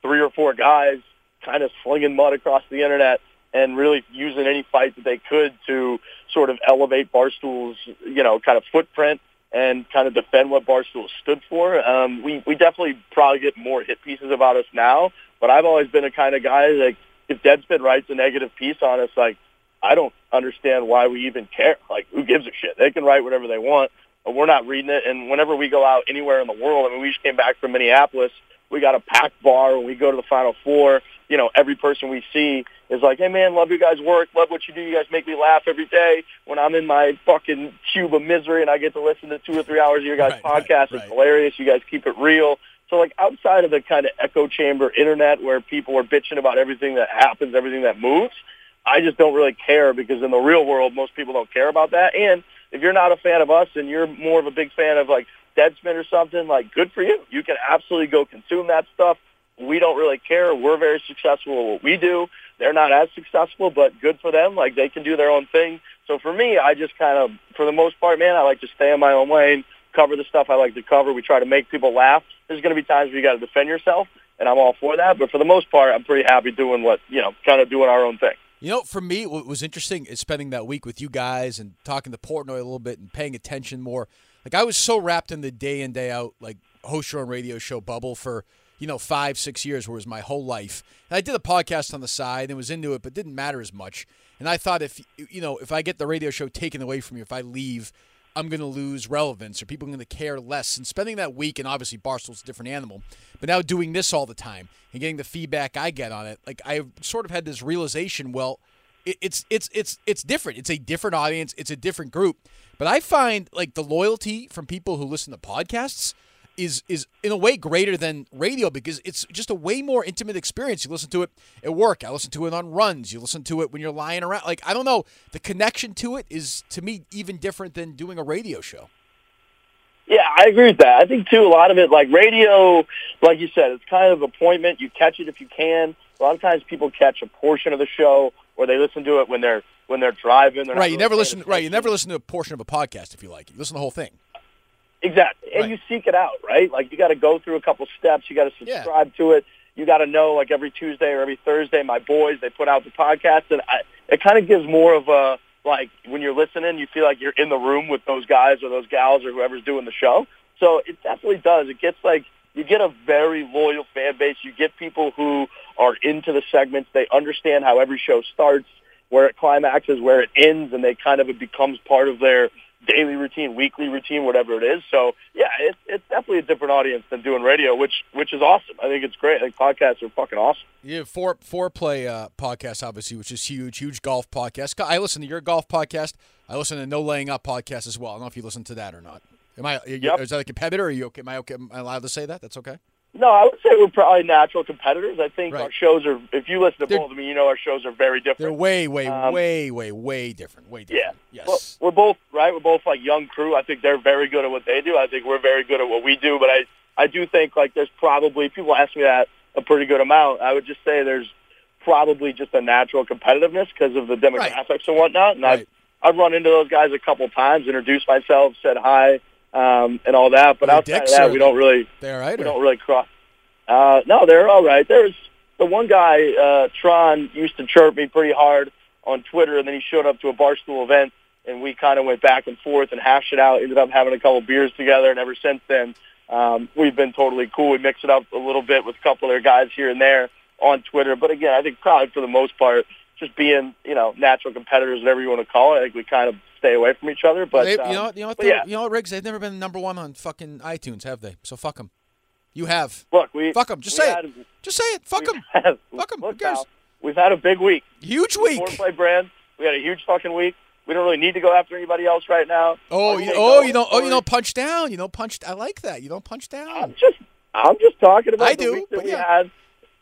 Speaker 3: three or four guys kind of slinging mud across the internet and really using any fight that they could to sort of elevate Barstool's, you know, kind of footprint and kind of defend what Barstool stood for. Um, we, we definitely probably get more hit pieces about us now, but I've always been a kind of guy, like, if Deadspin writes a negative piece on us, like, I don't understand why we even care. [LAUGHS] Like, who gives a shit? They can write whatever they want, but we're not reading it. And whenever we go out anywhere in the world, I mean, we just came back from Minneapolis. We got a packed bar. When we go to the Final Four, you know, every person we see is like, hey, man, love your guys' work. Love what you do. You guys make me laugh every day. When I'm in my fucking cube of misery and I get to listen to two or three hours of your guys'
Speaker 1: Right, right,
Speaker 3: podcast,
Speaker 1: right.
Speaker 3: it's hilarious. You guys keep it real. So, like, outside of the kind of echo chamber internet where people are bitching about everything that happens, everything that moves, I just don't really care because in the real world, most people don't care about that. And if you're not a fan of us and you're more of a big fan of like Deadspin or something, like good for you. You can absolutely go consume that stuff. We don't really care. We're very successful at what we do. They're not as successful, but good for them. Like they can do their own thing. So for me, I just kind of, for the most part, man, I like to stay in my own lane, cover the stuff I like to cover. We try to make people laugh. There's going to be times where you got to defend yourself, and I'm all for that. But for the most part, I'm pretty happy doing what, you know, kind of doing our own thing.
Speaker 1: You know, for me, what was interesting is spending that week with you guys and talking to Portnoy a little bit and paying attention more. Like I was so wrapped in the day in day out like host show and radio show bubble for you know five six years, where it was my whole life. And I did a podcast on the side and was into it, but didn't matter as much. And I thought if you know if I get the radio show taken away from me, if I leave, I'm going to lose relevance or people are going to care less. And spending that week, and obviously Barstool's a different animal, but now doing this all the time and getting the feedback I get on it, like I've sort of had this realization. Well, it, it's it's it's it's different. It's a different audience. It's a different group. But I find like the loyalty from people who listen to podcasts is is in a way greater than radio because it's just a way more intimate experience. You listen to it at work. I listen to it on runs. You listen to it when you're lying around. Like I don't know, the connection to it is to me even different than doing a radio show.
Speaker 3: Yeah, I agree with that. I think too a lot of it like radio, like you said, it's kind of appointment. You catch it if you can. A lot of times people catch a portion of the show or they listen to it when they're when they're driving. They're not
Speaker 1: Right, you
Speaker 3: really
Speaker 1: never
Speaker 3: paying
Speaker 1: listen. Right, you
Speaker 3: attention.
Speaker 1: never listen to a portion of a podcast if you like it. You listen to the whole thing.
Speaker 3: Exactly. And
Speaker 1: Right.
Speaker 3: you seek it out, right? Like you got to go through a couple steps. You got to
Speaker 1: Yeah.
Speaker 3: subscribe to it. You got to know like every Tuesday or every Thursday, my boys, they put out the podcast and I, it kind of gives more of a, like when you're listening, you feel like you're in the room with those guys or those gals or whoever's doing the show. So it definitely does. It gets like, you get a very loyal fan base. You get people who are into the segments. They understand how every show starts, where it climaxes, where it ends, and they kind of, it becomes part of their daily routine, weekly routine, whatever it is. So yeah, it's it's definitely a different audience than doing radio, which which is awesome. I think it's great. I think podcasts are fucking awesome.
Speaker 1: Yeah, four foreplay uh, podcast, obviously, which is huge, huge golf podcast. I listen to your golf podcast. I listen to No Laying Up podcast as well. I don't know if you listen to that or not. Am I?
Speaker 3: Yep.
Speaker 1: Is that a competitor? Are you okay? Am I okay? Am I allowed to say that? That's okay.
Speaker 3: No, I would say we're probably natural competitors. I think
Speaker 1: Right.
Speaker 3: our shows are. If you listen to
Speaker 1: They're-
Speaker 3: both of them, you know our shows are very
Speaker 1: They're
Speaker 3: different.
Speaker 1: way, way,
Speaker 3: Um,
Speaker 1: way, way, way different. Way
Speaker 3: Yeah.
Speaker 1: different.
Speaker 3: Well,
Speaker 1: Yes.
Speaker 3: we're both right. We're both like young crew. I think they're very good at what they do. I think we're very good at what we do. But I I do think like there's probably people ask me that a pretty good amount. I would just say there's probably just a natural competitiveness because of the demographics and whatnot. And
Speaker 1: Right.
Speaker 3: I've I've run into those guys a couple times, introduced myself, said hi, um, and all that. But
Speaker 1: Well,
Speaker 3: outside of
Speaker 1: Dick's
Speaker 3: that,
Speaker 1: are-
Speaker 3: we don't really
Speaker 1: They all right?
Speaker 3: we
Speaker 1: or-
Speaker 3: don't really cross. Uh, no, they're all right. There's the one guy, uh, Tron, used to chirp me pretty hard on Twitter, and then he showed up to a barstool event, and we kind of went back and forth and hashed it out. Ended up having a couple beers together, and ever since then, um, we've been totally cool. We mix it up a little bit with a couple of their guys here and there on Twitter, but again, I think probably for the most part, just being you know natural competitors, whatever you want to call it. I think we kind of stay away from each other, but
Speaker 1: They- you
Speaker 3: um,
Speaker 1: know, what- you know, what
Speaker 3: but
Speaker 1: though?
Speaker 3: yeah.
Speaker 1: you know what, Riggs? They've never been number one on fucking iTunes, have they? So fuck them. You have.
Speaker 3: look, we
Speaker 1: Fuck them. Just
Speaker 3: we
Speaker 1: say
Speaker 3: had-
Speaker 1: it. Just say it. Fuck
Speaker 3: [LAUGHS]
Speaker 1: them.
Speaker 3: Look,
Speaker 1: Fuck 'em. Who
Speaker 3: look,
Speaker 1: cares?
Speaker 3: pal, We've had a big week.
Speaker 1: Huge week.
Speaker 3: Four play brand. We had a huge fucking week. We don't really need to go after anybody else right now.
Speaker 1: Oh,
Speaker 3: Our
Speaker 1: you,
Speaker 3: takeover
Speaker 1: oh, you don't. Oh, you
Speaker 3: story-
Speaker 1: don't punch down. You don't punch. I like that. You don't punch down.
Speaker 3: I'm just, I'm just talking about
Speaker 1: I
Speaker 3: the
Speaker 1: do,
Speaker 3: week that
Speaker 1: but
Speaker 3: we
Speaker 1: yeah.
Speaker 3: had.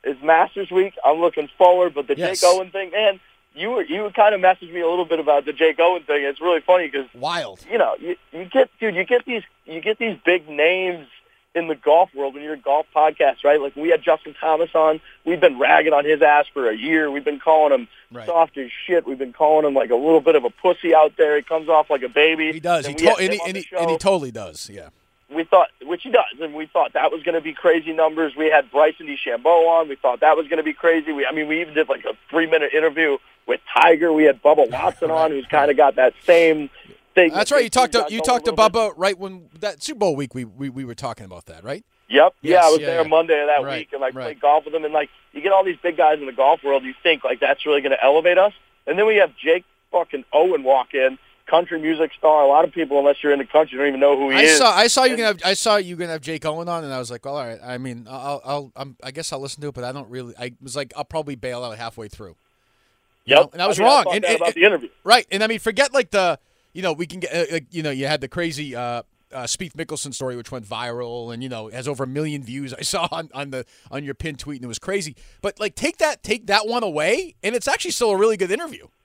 Speaker 3: It's Masters week. I'm looking forward, but the
Speaker 1: Yes.
Speaker 3: Jake Owen thing, man, you were you kind of messaged me a little bit about the Jake Owen thing. It's really funny because
Speaker 1: Wild.
Speaker 3: [LAUGHS] you know, you, you get dude, you get these you get these big names in the golf world when you're a golf podcast, right? Like we had Justin Thomas on. We've been ragging on his ass for a year. We've been calling him
Speaker 1: Right.
Speaker 3: soft as shit. We've been calling him like a little bit of a pussy out there. He comes off like a baby.
Speaker 1: He does. He,
Speaker 3: Then
Speaker 1: to-
Speaker 3: we had
Speaker 1: and,
Speaker 3: him
Speaker 1: he,
Speaker 3: on
Speaker 1: and,
Speaker 3: the
Speaker 1: he, and he
Speaker 3: show.
Speaker 1: totally does. Yeah.
Speaker 3: we thought, which he does, and we thought that was going to be crazy numbers. We had Bryson DeChambeau on. We thought that was going to be crazy. We, I mean, we even did like a three-minute interview with Tiger. We had Bubba Watson on, who's kind of got that same thing.
Speaker 1: That's
Speaker 3: that
Speaker 1: right. You
Speaker 3: Big
Speaker 1: talked.
Speaker 3: Three
Speaker 1: To,
Speaker 3: got
Speaker 1: you
Speaker 3: going
Speaker 1: talked
Speaker 3: a
Speaker 1: to
Speaker 3: little bit.
Speaker 1: Bubba right when that Super Bowl week. We we, we were talking about that, right?
Speaker 3: Yep. yeah, I
Speaker 1: Yes,
Speaker 3: was
Speaker 1: yeah,
Speaker 3: there
Speaker 1: yeah.
Speaker 3: Monday of that
Speaker 1: Right,
Speaker 3: week and like
Speaker 1: right.
Speaker 3: played golf with him. And like you get all these big guys in the golf world, you think like that's really going to elevate us. And then we have Jake fucking Owen walk in, country music star. A lot of people, unless you're in the country, don't even know who he
Speaker 1: I
Speaker 3: is.
Speaker 1: saw. I saw you gonna. Have, I saw you gonna have Jake Owen on, and I was like, well, all right. I mean, I'll. I'll. I'm, I guess I'll listen to it, but I don't really. I was like, I'll probably bail out halfway through.
Speaker 3: Yep.
Speaker 1: And I was
Speaker 3: mean,
Speaker 1: wrong.
Speaker 3: thought
Speaker 1: And
Speaker 3: that
Speaker 1: it-
Speaker 3: about
Speaker 1: it-
Speaker 3: the interview.
Speaker 1: Right, and I mean, forget like the you know we can get uh, like you know you had the crazy uh, uh, Spieth Mickelson story which went viral and you know has over a million views. I saw on, on the on your pin tweet and it was crazy. But like take that take that one away, and it's actually still a really good interview. [LAUGHS]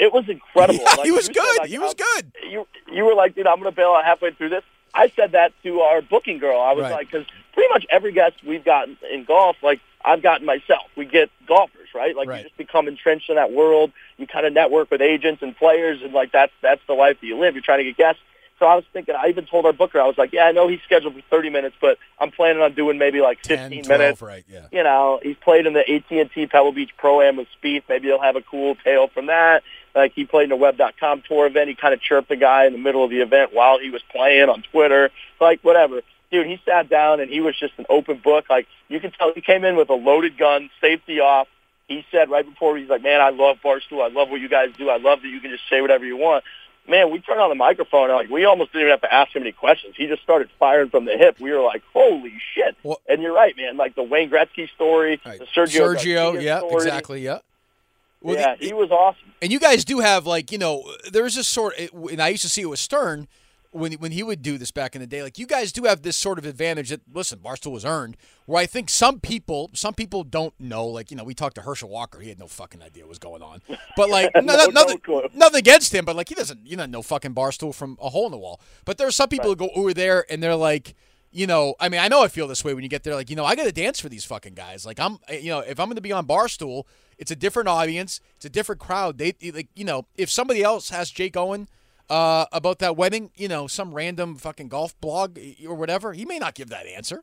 Speaker 3: It was incredible.
Speaker 1: Yeah,
Speaker 3: Like,
Speaker 1: he was
Speaker 3: you said,
Speaker 1: good.
Speaker 3: like,
Speaker 1: he was
Speaker 3: I'm-
Speaker 1: good.
Speaker 3: you you were like, dude, I'm gonna bail out halfway through this. I said that to our booking girl. I was
Speaker 1: Right.
Speaker 3: like, because pretty much every guest we've gotten in golf, like I've gotten myself. We get golfers, right? Like
Speaker 1: Right.
Speaker 3: you just become entrenched in that world. You kind of network with agents and players, and like that's that's the life that you live. You're trying to get guests. So I was thinking. I even told our booker, I was like, yeah, I know he's scheduled for 30 minutes, but I'm planning on doing maybe like
Speaker 1: 10,
Speaker 3: 15
Speaker 1: 12,
Speaker 3: minutes
Speaker 1: right? Yeah.
Speaker 3: you know, he's played in the AT&T Pebble Beach Pro-Am with Spieth. Maybe he'll have a cool tale from that. Like he played in a Web.com tour event. He kind of chirped the guy in the middle of the event while he was playing on Twitter. Like whatever. Dude, he sat down and he was just an open book. Like you can tell he came in with a loaded gun, safety off. He said right before he's like, man, I love Barstool. I love what you guys do. I love that you can just say whatever you want. Man, we turned on the microphone. and, Like we almost didn't even have to ask him any questions. He just started firing from the hip. We were like, holy shit.
Speaker 1: Well-
Speaker 3: And you're right, man. Like the Wayne Gretzky story,
Speaker 1: All right.
Speaker 3: the Sergio, Garcia
Speaker 1: yeah,
Speaker 3: story.
Speaker 1: exactly, yeah. Well, the-
Speaker 3: yeah, he was awesome.
Speaker 1: And you guys do have like you know there's this sort, and I used to see it with Stern when when he would do this back in the day. Like you guys do have this sort of advantage that listen, Barstool was earned. Where I think some people, some people don't know. Like you know, we talked to Herschel Walker; he had no fucking idea what was going on. But like no,
Speaker 3: [LAUGHS] No,
Speaker 1: no- nothing,
Speaker 3: no clue.
Speaker 1: nothing against him, but like he doesn't, you know, no fucking Barstool from a hole in the wall. But there are some people who go over there and they're like. You know, I mean, I know I feel this way when you get there. Like, you know, I got to dance for these fucking guys. Like, I'm, eh, you know, if I'm going to be on Barstool, it's a different audience, it's a different crowd. They like, you know, if somebody else has Jake Owen uh, about that wedding, you know, some random fucking golf blog eh, or whatever, he may not give that answer.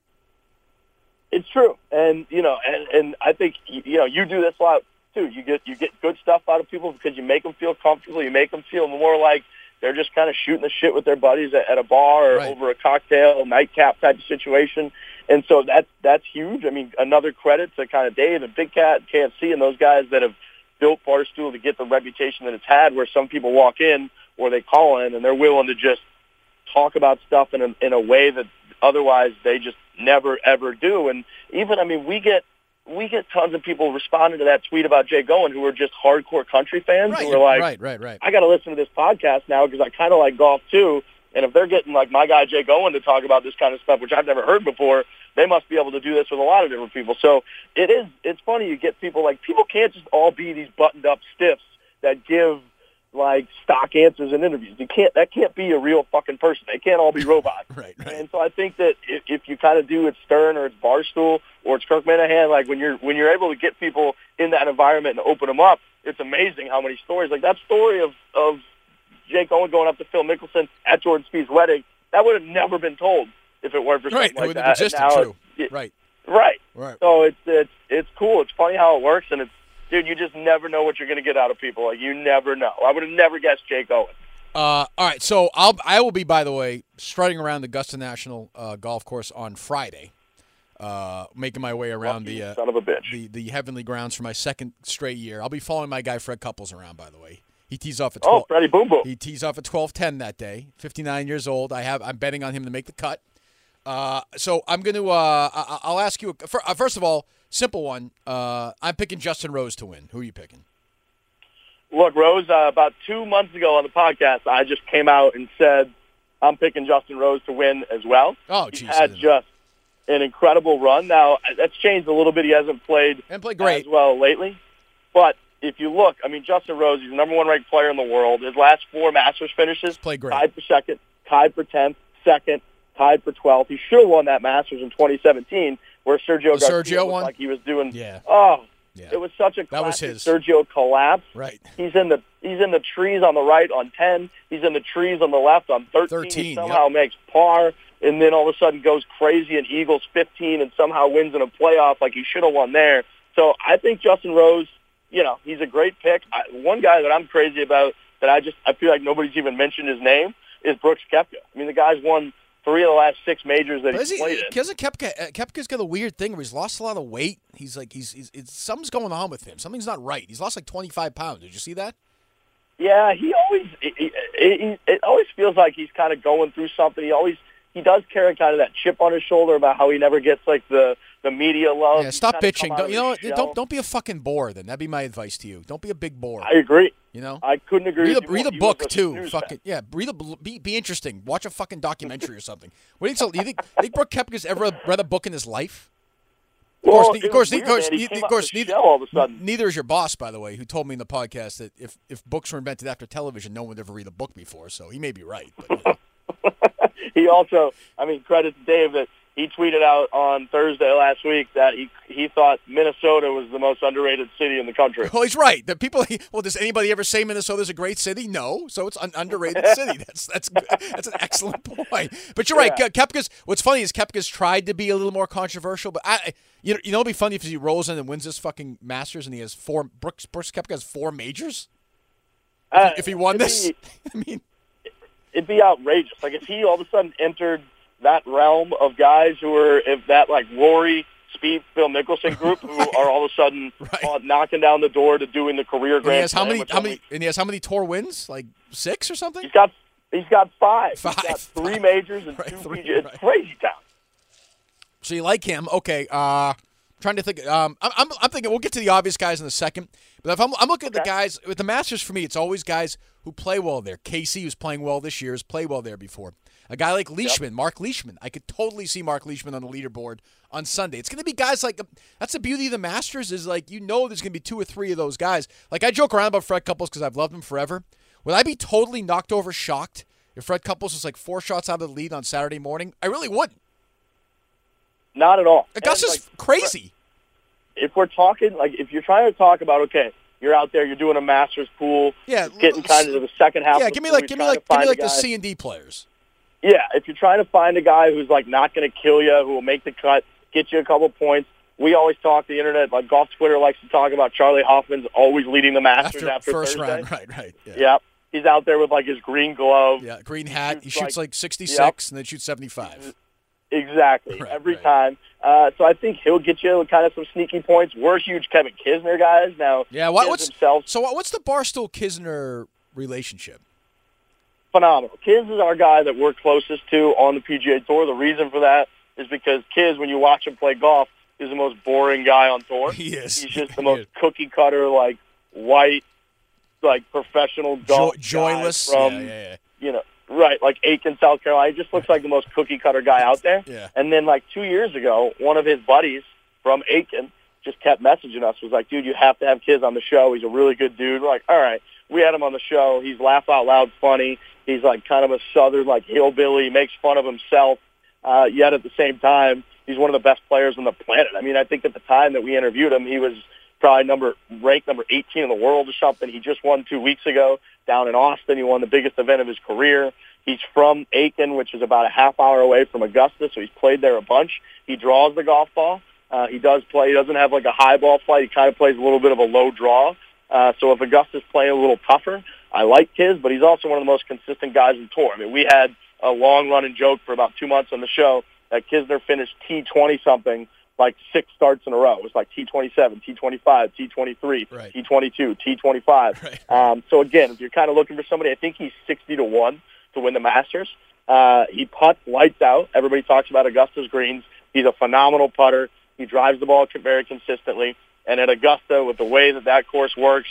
Speaker 3: It's true, and you know, and and I think you you know you do this a lot too. You get you get good stuff out of people because you make them feel comfortable. You make them feel more like they're just kind of shooting the shit with their buddies at, at a bar or
Speaker 1: Right.
Speaker 3: over a cocktail, nightcap type of situation. And so that's that's huge. I mean, another credit to kind of Dave and Big Cat, and KFC, and those guys that have built Barstool to get the reputation that it's had. Where some people walk in or they call in and they're willing to just talk about stuff in a, in a way that otherwise they just never ever do. And even I mean, we get we get tons of people responding to that tweet about Jay Goen who are just hardcore country fans
Speaker 1: Right,
Speaker 3: who are like,
Speaker 1: right, right, right.
Speaker 3: I got to listen to this podcast now because I kind of like golf too. And if they're getting like my guy Jay Owen to talk about this kind of stuff, which I've never heard before, they must be able to do this with a lot of different people. So it is. It's funny you get people like people can't just all be these buttoned up stiffs that give like stock answers in interviews. You can't that can't be a real fucking person. They can't all be robots.
Speaker 1: Right, right.
Speaker 3: And so I think that if, if you kind of do it's Stern or it's Barstool or it's Kirk Minahan, like when you're when you're able to get people in that environment and open them up, it's amazing how many stories like that story of of Jake Owen going up to Phil Mickelson at Jordan Spieth's wedding. That would have never been told if it weren't for
Speaker 1: Right.
Speaker 3: something like
Speaker 1: it
Speaker 3: that.
Speaker 1: would have existed.
Speaker 3: And now
Speaker 1: True.
Speaker 3: it-
Speaker 1: right.
Speaker 3: Right.
Speaker 1: Right.
Speaker 3: So it's it's it's cool. It's funny how it works, and it's dude, you just never know what you're gonna get out of people. Like you never know. I would have never guessed Jake Owen.
Speaker 1: Uh, all right, so I'll I will be by the way strutting around the Augusta National uh, Golf Course on Friday, uh, making my way around the,
Speaker 3: You
Speaker 1: uh,
Speaker 3: son of a bitch.
Speaker 1: the the heavenly grounds for my second straight year. I'll be following my guy Fred Couples around. By the way, he tees off at
Speaker 3: oh,
Speaker 1: twelve.
Speaker 3: Freddie Boom Boom.
Speaker 1: He tees off at twelve ten that day. Fifty nine years old. I have I'm betting on him to make the cut. Uh, so I'm going to uh, I, I'll ask you a- fir- uh, first of all, simple one. Uh, I'm picking Justin Rose to win. Who are you picking?
Speaker 3: Look, Rose, uh, about two months ago on the podcast, I just came out and said I'm picking Justin Rose to win as well.
Speaker 1: Oh,
Speaker 3: He's
Speaker 1: geez, I
Speaker 3: had
Speaker 1: didn't-
Speaker 3: just an incredible run. Now that's changed a little bit. He hasn't played
Speaker 1: And played great.
Speaker 3: as well lately. But if you look, I mean, Justin Rose, he's the number one ranked player in the world. His last four Masters finishes,
Speaker 1: Played great.
Speaker 3: tied for second, tied for tenth, second, tied for twelfth. He should have won that Masters in 2017, where Sergio
Speaker 1: The
Speaker 3: Garcia
Speaker 1: Sergio
Speaker 3: looked
Speaker 1: one?
Speaker 3: like he was doing.
Speaker 1: Yeah.
Speaker 3: Oh,
Speaker 1: Yeah.
Speaker 3: it was such a
Speaker 1: That was
Speaker 3: classic
Speaker 1: his.
Speaker 3: Sergio collapse.
Speaker 1: Right.
Speaker 3: He's in the he's in the trees on the right on ten. He's in the trees on the left on thirteen.
Speaker 1: 13,
Speaker 3: he somehow makes par, and then all of a sudden goes crazy and eagles fifteen, and somehow wins in a playoff like he should have won there. So I think Justin Rose, you know, he's a great pick. I, one guy that I'm crazy about that I just I feel like nobody's even mentioned his name is Brooks Koepka. I mean, the guy's won three of the last six majors that
Speaker 1: But is
Speaker 3: he's
Speaker 1: he,
Speaker 3: played in.
Speaker 1: Doesn't Kepka, uh, Kepka's got a weird thing where he's lost a lot of weight. He's like he's, he's it's, something's going on with him. Something's not right. He's lost like twenty five pounds. Did you see that?
Speaker 3: Yeah, he always he, he, he, it always feels like he's kind of going through something. He always he does carry kind of that chip on his shoulder about how he never gets like the the media love.
Speaker 1: yeah.
Speaker 3: Oh, He's
Speaker 1: Stop
Speaker 3: kinda come
Speaker 1: bitching.
Speaker 3: out of
Speaker 1: Don't, you
Speaker 3: his
Speaker 1: know what?
Speaker 3: shell.
Speaker 1: Don't don't be a fucking bore. Then that'd be my advice to you. Don't be a big bore.
Speaker 3: I agree.
Speaker 1: you know.
Speaker 3: I couldn't agree.
Speaker 1: Read
Speaker 3: with
Speaker 1: a,
Speaker 3: you
Speaker 1: read
Speaker 3: more.
Speaker 1: a
Speaker 3: He was
Speaker 1: book
Speaker 3: a
Speaker 1: too.
Speaker 3: snooze
Speaker 1: Fuck
Speaker 3: fest.
Speaker 1: it. Yeah, read a bl- be be interesting. Watch a fucking documentary or something. What do you think? so- You think, think Brooke Kepka's ever read a book in his life? Of
Speaker 3: Well,
Speaker 1: course,
Speaker 3: Oh, it
Speaker 1: the- of
Speaker 3: was
Speaker 1: course, the-
Speaker 3: weird,
Speaker 1: of course,
Speaker 3: man. He
Speaker 1: the-
Speaker 3: came
Speaker 1: of
Speaker 3: out
Speaker 1: course,
Speaker 3: of his
Speaker 1: neither,
Speaker 3: shell all of a sudden.
Speaker 1: neither is your boss, by the way, who told me in the podcast that if, if books were invented after television, no one would ever read a book before. So he may be right. But,
Speaker 3: [LAUGHS]
Speaker 1: yeah.
Speaker 3: he also, I mean, credit to Dave that he tweeted out on Thursday last week that he he thought Minnesota was the most underrated city in the country.
Speaker 1: well, he's right. The people. Well, does anybody ever say Minnesota's a great city? No. So it's an
Speaker 3: [LAUGHS]
Speaker 1: underrated city. That's that's good. that's an excellent [LAUGHS] point. But you're right. Ke- Kepka's. What's funny is Kepka's tried to be a little more controversial, but I, you know, you know, it'd be funny if he rolls in and wins this fucking Masters, and he has four. Brooks Brooks Kepka has four majors.
Speaker 3: Uh,
Speaker 1: If he won
Speaker 3: to
Speaker 1: this, [LAUGHS]
Speaker 3: me,
Speaker 1: I mean,
Speaker 3: it'd be outrageous. Like if he all of a sudden entered that realm of guys who are if that like Rory, Speed, Phil Mickelson group
Speaker 1: [LAUGHS]
Speaker 3: who are all of a sudden
Speaker 1: Right.
Speaker 3: uh, knocking down the door to doing the career
Speaker 1: and he
Speaker 3: grand.
Speaker 1: has how
Speaker 3: Slam,
Speaker 1: many?
Speaker 3: which
Speaker 1: How
Speaker 3: only-
Speaker 1: many? And he has how many tour wins? Like six or something?
Speaker 3: He's got he's got five.
Speaker 1: Five,
Speaker 3: He's got three
Speaker 1: five.
Speaker 3: majors and
Speaker 1: [LAUGHS] Right,
Speaker 3: two
Speaker 1: three,
Speaker 3: PGA. It's
Speaker 1: right.
Speaker 3: crazy town.
Speaker 1: So you like him? Okay. Uh, trying to think. Um, I'm, I'm, I'm thinking we'll get to the obvious guys in a second. But if I'm, I'm looking at the guys with the Masters for me, it's always guys who play well there. Casey, who's playing well this year, has played well there before. A guy like Leishman, Mark Leishman, I could totally see Mark Leishman on the leaderboard on Sunday. It's going to be guys like that's the beauty of the Masters is like you know there's going to be two or three of those guys. Like I joke around about Fred Couples because I've loved him forever. Would I be totally knocked over, shocked if Fred Couples was like four shots out of the lead on Saturday morning? I really wouldn't.
Speaker 3: Not at all.
Speaker 1: Augusta's
Speaker 3: And, like,
Speaker 1: crazy.
Speaker 3: If we're talking like if you're trying to talk about okay, you're out there, you're doing a Masters pool,
Speaker 1: Yeah,
Speaker 3: it's getting kind of to the second half.
Speaker 1: Yeah,
Speaker 3: of the
Speaker 1: give me
Speaker 3: pool,
Speaker 1: like
Speaker 3: you're
Speaker 1: give me
Speaker 3: trying to
Speaker 1: like give me
Speaker 3: find a
Speaker 1: like the
Speaker 3: guy-
Speaker 1: C and D players.
Speaker 3: Yeah, if you're trying to find a guy who's like not going to kill you, who will make the cut, get you a couple points. We always talk the internet, like golf Twitter likes to talk about Charlie Hoffman's always leading the Masters
Speaker 1: After,
Speaker 3: after,
Speaker 1: first
Speaker 3: Thursday.
Speaker 1: round, [LAUGHS] right, right. Yeah.
Speaker 3: Yep, he's out there with like his green glove.
Speaker 1: Yeah, green hat. He
Speaker 3: shoots
Speaker 1: shoots
Speaker 3: like- Mm-hmm.
Speaker 1: like 66 and then shoots 75.
Speaker 3: Exactly.
Speaker 1: Right,
Speaker 3: Every
Speaker 1: right.
Speaker 3: time. Uh, so I think he'll get you kind of some sneaky points. We're huge Kevin Kisner guys now.
Speaker 1: Yeah, what,
Speaker 3: Kisner
Speaker 1: what's
Speaker 3: himself
Speaker 1: so? What, what's the Barstool Kisner relationship? [LAUGHS]
Speaker 3: phenomenal. Kiz is our guy that we're closest to on the PGA Tour. The reason for that is because Kiz, when you watch him play golf, is the most boring guy on
Speaker 1: [LAUGHS]
Speaker 3: tour.
Speaker 1: He is.
Speaker 3: He's just
Speaker 1: He
Speaker 3: the most
Speaker 1: is.
Speaker 3: cookie cutter, like white, like professional
Speaker 1: Jo-
Speaker 3: golf guy
Speaker 1: joyless.
Speaker 3: from
Speaker 1: yeah, yeah,
Speaker 3: you know, right, like Aiken, South Carolina. He just looks like the most cookie cutter guy out there.
Speaker 1: Yeah.
Speaker 3: And then like two years ago, one of his buddies from Aiken just kept messaging us, was like, dude, you have to have kids on the show. He's a really good dude. We're like, all right. we had him on the show. He's laugh out loud funny. He's like kind of a southern like hillbilly. He makes fun of himself. Uh, yet at the same time, he's one of the best players on the planet. I mean, I think at the time that we interviewed him, he was probably number ranked number 18 in the world or something. He just won two weeks ago down in Austin. He won the biggest event of his career. He's from Aiken, which is about a half hour away from Augusta, so he's played there a bunch. He draws the golf ball. Uh, he does play. He doesn't have like a high ball flight. He kind of plays a little bit of a low draw. Uh, so if Augusta's playing a little tougher, I like his, but he's also one of the most consistent guys in tour. I mean, we had a long running joke for about two months on the show that Kisner finished T20 something like six starts in a row. It was like T27, T25, T23,
Speaker 1: Right.
Speaker 3: T22, T25.
Speaker 1: Right.
Speaker 3: Um, so again, if you're kind of looking for somebody, I think he's 60 to 1 to win the Masters. Uh, he putts lights out. Everybody talks about Augusta's greens. He's a phenomenal putter. He drives the ball very consistently. And at Augusta, with the way that that course works,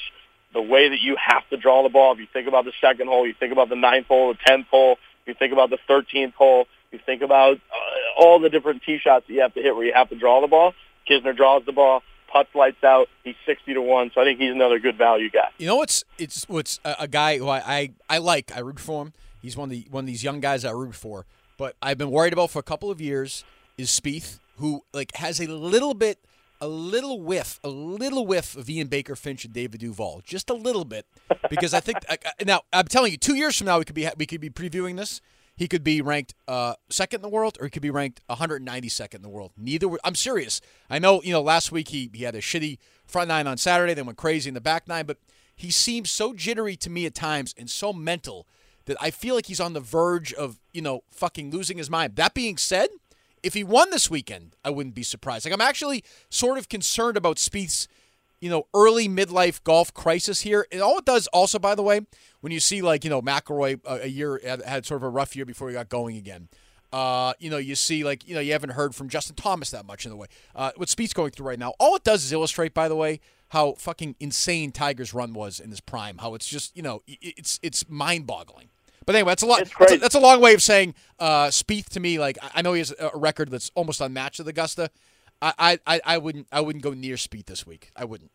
Speaker 3: the way that you have to draw the ball. If you think about the second hole, you think about the ninth hole, the tenth hole, you think about the thirteenth hole, you think about uh, all the different tee shots that you have to hit where you have to draw the ball. Kisner draws the ball, putts lights out. He's sixty to one, so I think he's another good value guy.
Speaker 1: You know what's it's what's a, a guy who I, I I like. I root for him. He's one of the one of these young guys I root for. But I've been worried about for a couple of years is Spieth, who like has a little bit, a little whiff, a little whiff of Ian Baker Finch and David Duval, just a little bit, because I think I, I- now I'm telling you, two years from now we could be ha- we could be previewing this. He could be ranked uh, second in the world, or he could be ranked 192nd in the world. Neither. Were, I'm serious. I know. You know. Last week he he had a shitty front nine on Saturday, then went crazy in the back nine. But he seems so jittery to me at times and so mental that I feel like he's on the verge of you know fucking losing his mind. That being said, if he won this weekend, I wouldn't be surprised. Like I'm actually sort of concerned about Spieth's you know, early midlife golf crisis here. And all it does, also, by the way, when you see like you know McElroy uh, a year had, had sort of a rough year before he got going again. Uh, you know, you see like you know you haven't heard from Justin Thomas that much in the way. Uh, what Speed's going through right now, all it does is illustrate, by the way, how fucking insane Tiger's run was in his prime. How it's just you know i- i- it's it's mind boggling. But anyway, that's a lot.
Speaker 3: It's
Speaker 1: that's, a,
Speaker 3: crazy.
Speaker 1: that's a long way of saying uh, Spieth to me. Like I- I know he has a a record that's almost unmatched at Augusta. I, I, I- I wouldn't I wouldn't go near Spieth this week. I wouldn't.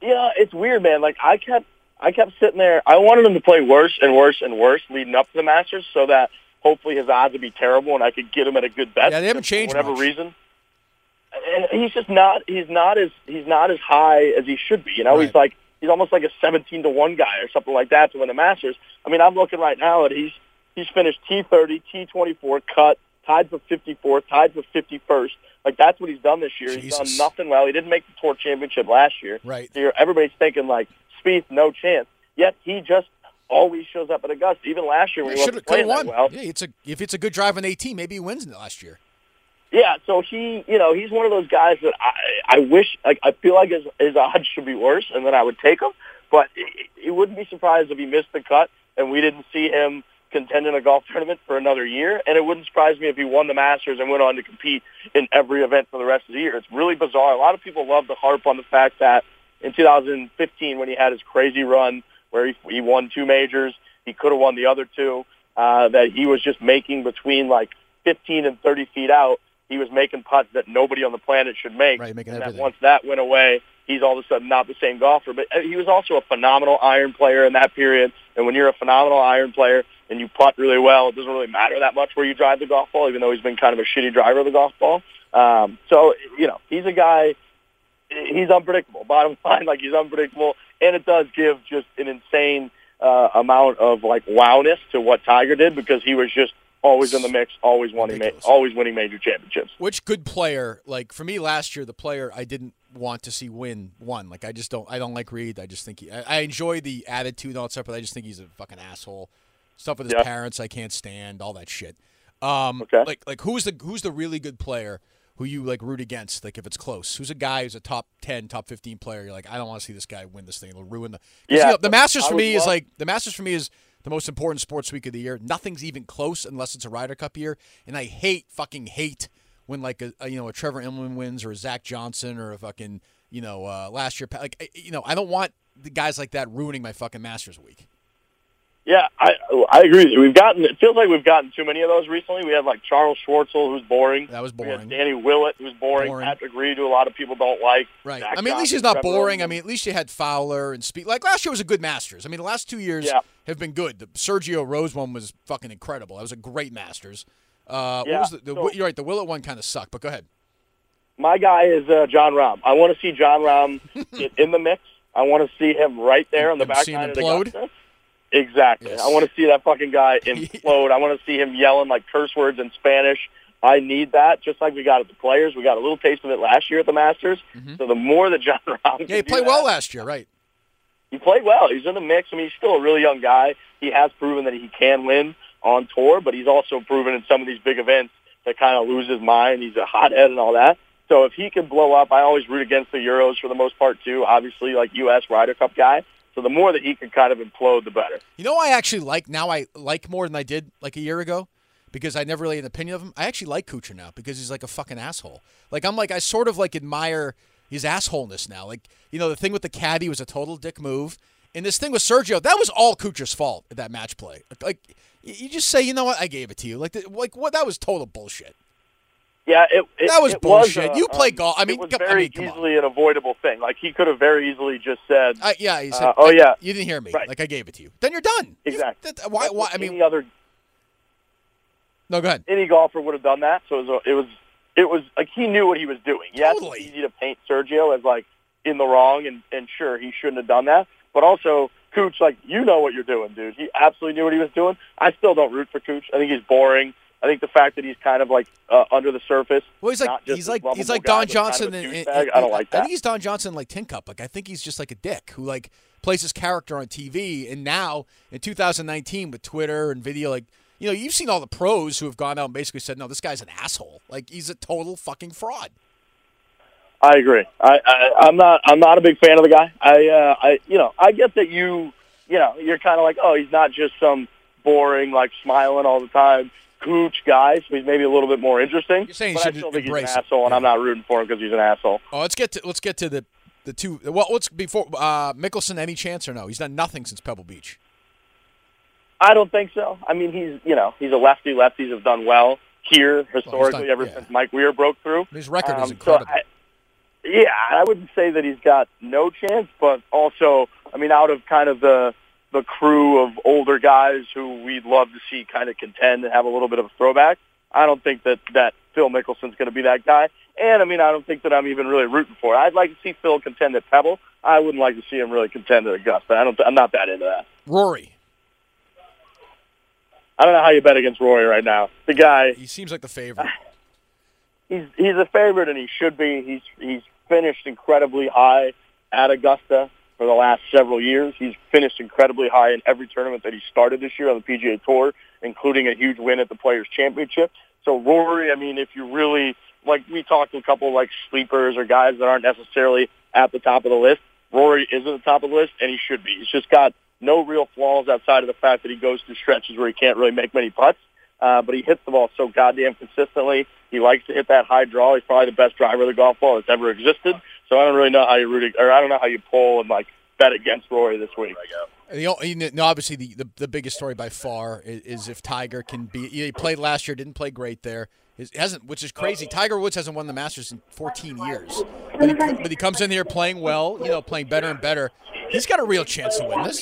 Speaker 3: Yeah, it's weird, man. Like I kept, I kept sitting there. I wanted him to play worse and worse and worse leading up to the Masters, so that hopefully his odds would be terrible and I could get him at a good bet.
Speaker 1: Yeah, they haven't changed
Speaker 3: for whatever
Speaker 1: much.
Speaker 3: reason. And he's just not. He's not as he's not as high as he should be. You know,
Speaker 1: Right.
Speaker 3: he's like he's almost like a seventeen to one guy or something like that to win the Masters. I mean, I'm looking right now at he's he's finished T thirty, T twenty four, cut, tied for fifty four, tied for fifty first. Like that's what he's done this year.
Speaker 1: Jesus.
Speaker 3: He's done nothing well. He didn't make the tour championship last year
Speaker 1: Right.
Speaker 3: year, everybody's thinking like Spieth, no chance. Yet he just always shows up at Augusta. Even last year when he
Speaker 1: should
Speaker 3: wasn't
Speaker 1: have could
Speaker 3: playing
Speaker 1: have
Speaker 3: that
Speaker 1: won.
Speaker 3: well,
Speaker 1: Yeah, it's a if it's a good drive on eighteen, maybe he wins in the last year.
Speaker 3: yeah, so he, you know, he's one of those guys that I, I wish, like, I feel like his, his odds should be worse, and then I would take him. But it, it wouldn't be surprised if he missed the cut and we didn't see him contend in a golf tournament for another year. And it wouldn't surprise me if he won the Masters and went on to compete in every event for the rest of the year. It's really bizarre. A lot of people love to harp on the fact that in 2015, when he had his crazy run where he, he won two majors, he could have won the other two, uh, that he was just making between like 15 and 30 feet out he was making putts that nobody on the planet should make.
Speaker 1: Right, making
Speaker 3: and that
Speaker 1: everything.
Speaker 3: once that went away, he's all of a sudden not the same golfer. But uh, he was also a phenomenal iron player in that period. And when you're a phenomenal iron player and you putt really well, it doesn't really matter that much where you drive the golf ball, even though he's been kind of a shitty driver of the golf ball. Um, so, you know, he's a guy, he's unpredictable. Bottom [LAUGHS] line, like he's unpredictable. And it does give just an insane uh, amount of like wowness to what Tiger did because he was just always in the mix, always winning, ma-
Speaker 1: Ridiculous.
Speaker 3: always winning major championships.
Speaker 1: Which good player? Like for me last year, the player I didn't want to see win won. Like I just don't. I don't like Reed. I just think he. I, I enjoy the attitude and all that stuff, but I just think he's a fucking asshole. Stuff with his
Speaker 3: Yeah.
Speaker 1: parents, I can't stand all that shit. Um,
Speaker 3: Okay.
Speaker 1: like like who's the who's the really good player who you like root against? Like if it's close, who's a guy who's a top ten, top fifteen player? You're like, I don't want to see this guy win this thing. It'll ruin the. 'cause, you
Speaker 3: Yeah,
Speaker 1: know, the Masters
Speaker 3: I
Speaker 1: for
Speaker 3: would
Speaker 1: me is
Speaker 3: love-
Speaker 1: like the Masters for me is the most important sports week of the year. Nothing's even close unless it's a Ryder Cup year, and I hate fucking hate when like a, a you know a Trevor Imlin wins or a Zach Johnson or a fucking you know uh, last year like I- you know I don't want the guys like that ruining my fucking Masters week.
Speaker 3: Yeah, I I agree with you. We've gotten it feels like we've gotten too many of those recently. We had like Charles Schwartzel, who's boring.
Speaker 1: That was
Speaker 3: We
Speaker 1: boring.
Speaker 3: had Danny Willett, who's boring.
Speaker 1: Boring.
Speaker 3: Patrick Reed, who a lot of people don't like.
Speaker 1: Right.
Speaker 3: Zach
Speaker 1: I mean, at least
Speaker 3: Johnson,
Speaker 1: he's not
Speaker 3: Trevor
Speaker 1: boring. I
Speaker 3: Lawrence.
Speaker 1: mean, at least you had Fowler and Speed. Like last year was a good Masters. I mean, the last two years
Speaker 3: Yeah.
Speaker 1: have been good. The Sergio Rose one was fucking incredible. That was a great Masters. Uh, what
Speaker 3: Yeah,
Speaker 1: was the, the,
Speaker 3: so-
Speaker 1: you're right. The Willett one kind of sucked, but go ahead.
Speaker 3: my guy is uh, John Rahm. I want to see
Speaker 1: [LAUGHS]
Speaker 3: John Rahm get in the mix. I want to see him right there on the
Speaker 1: And
Speaker 3: back
Speaker 1: see him
Speaker 3: nine of
Speaker 1: implode?
Speaker 3: Augusta. Exactly.
Speaker 1: Yes.
Speaker 3: I want to see that fucking
Speaker 1: [LAUGHS]
Speaker 3: guy implode. I want to see him yelling like curse words in Spanish. I need that, just like we got at the Players. We got a little taste of it last year at the Masters. So the more that John Rahm, can
Speaker 1: Mm-hmm. Yeah, he
Speaker 3: do
Speaker 1: played
Speaker 3: that-
Speaker 1: well last year, right?
Speaker 3: he played well. He's in the mix. I mean, he's still a really young guy. He has proven that he can win on tour, but he's also proven in some of these big events that kind of lose his mind. He's a hothead and all that. So if he can blow up, I always root against the Euros for the most part too. Obviously, like U.S. Ryder Cup guy. So the more that he can kind of implode, the better.
Speaker 1: You know, I actually like now. I like more than I did like a year ago because I never really had an opinion of him. I actually like Kuchar now because he's like a fucking asshole. Like I'm like I sort of like admire his assholeness now. Like you know, the thing with the caddy was a total dick move, and this thing with Sergio that was all Kuchar's fault at that match play. Like y- you just say, you know what, I gave it to you. Like th- like what that was total bullshit.
Speaker 3: Yeah, it, it
Speaker 1: That was
Speaker 3: it
Speaker 1: bullshit.
Speaker 3: Was, uh,
Speaker 1: You play
Speaker 3: um,
Speaker 1: golf. I mean,
Speaker 3: it was
Speaker 1: come- I
Speaker 3: very
Speaker 1: mean, come on.
Speaker 3: easily an avoidable thing. Like he could have very easily just said,
Speaker 1: I, yeah, he said,
Speaker 3: Uh, oh,
Speaker 1: I-
Speaker 3: yeah.
Speaker 1: you didn't hear me.
Speaker 3: Right.
Speaker 1: Like I gave it to you. Then you're done. You-
Speaker 3: "Exactly."
Speaker 1: that- why?
Speaker 3: That's
Speaker 1: Why?
Speaker 3: what
Speaker 1: I mean,
Speaker 3: any other
Speaker 1: no. Go ahead.
Speaker 3: any golfer would have done that. So it was, it was, it was like he knew what he was doing. Yeah,
Speaker 1: Totally.
Speaker 3: it's easy to paint Sergio as like in the wrong, and and sure he shouldn't have done that. But also, Cooch, like you know what you're doing, dude. He absolutely knew what he was doing. I still don't root for Cooch. I think he's boring. I think the fact that he's kind of like uh, under the surface.
Speaker 1: Well, he's like
Speaker 3: not just
Speaker 1: he's
Speaker 3: this
Speaker 1: like
Speaker 3: lovable
Speaker 1: he's like
Speaker 3: guy,
Speaker 1: Don
Speaker 3: but kind of a
Speaker 1: Johnson. in- in-
Speaker 3: douchebag.
Speaker 1: in-
Speaker 3: I don't like
Speaker 1: I
Speaker 3: that.
Speaker 1: think he's Don Johnson like Tin Cup. Like I think he's just like a dick who like plays his character on TV. And now in 2019 with Twitter and video, like you know you've seen all the pros who have gone out and basically said, no, this guy's an asshole. Like he's a total fucking fraud.
Speaker 3: I agree. I, I I'm not I'm not a big fan of the guy. I uh, I you know I get that you you know you're kind of like oh he's not just some boring like smiling all the time cooch guy. So he's maybe a little bit more interesting.
Speaker 1: You're saying he
Speaker 3: but
Speaker 1: should
Speaker 3: I still think he's an
Speaker 1: embrace it.
Speaker 3: asshole, and I'm not rooting for him because he's an asshole.
Speaker 1: Oh, let's get to let's get to the the two. Well, let's before uh, Mickelson any chance or no? He's done nothing since Pebble Beach.
Speaker 3: I don't think so. I mean he's you know he's a lefty. Lefties have done well here historically
Speaker 1: done-
Speaker 3: ever
Speaker 1: yeah.
Speaker 3: since Mike Weir broke through.
Speaker 1: His record is
Speaker 3: Um,
Speaker 1: incredible.
Speaker 3: So I, yeah, I wouldn't say that he's got no chance, but also, I mean, out of kind of the the crew of older guys who we'd love to see kind of contend and have a little bit of a throwback, I don't think that that Phil Mickelson's going to be that guy. And I mean, I don't think that I'm even really rooting for. it. I'd like to see Phil contend at Pebble. I wouldn't like to see him really contend at Augusta. I don't. I'm not that into that.
Speaker 1: Rory.
Speaker 3: I don't know how you bet against Rory right now. The guy,
Speaker 1: He seems like the
Speaker 3: [LAUGHS]
Speaker 1: favorite.
Speaker 3: he's he's a favorite and he should be. He's he's finished incredibly high at Augusta for the last several years. He's finished incredibly high in every tournament that he started this year on the PGA Tour, including a huge win at the Players Championship. So Rory, I mean, if you really like, we talked to a couple like sleepers or guys that aren't necessarily at the top of the list. Rory is at the top of the list, and he should be. He's just got no real flaws outside of the fact that he goes through stretches where he can't really make many putts uh, but he hits the ball so goddamn consistently. He likes to hit that high draw. He's probably the best driver of the golf ball that's ever existed. So I don't really know how you root, or I don't know how you pull and like bet against Rory this week.
Speaker 1: And The only, no, obviously the, the, the biggest story by far is, is if Tiger can be. He played last year, didn't play great there. His, hasn't, which is crazy. Tiger Woods hasn't won the Masters in 14 years, but he, but he comes in here playing well. You know, playing better and better. He's got a real chance to win this.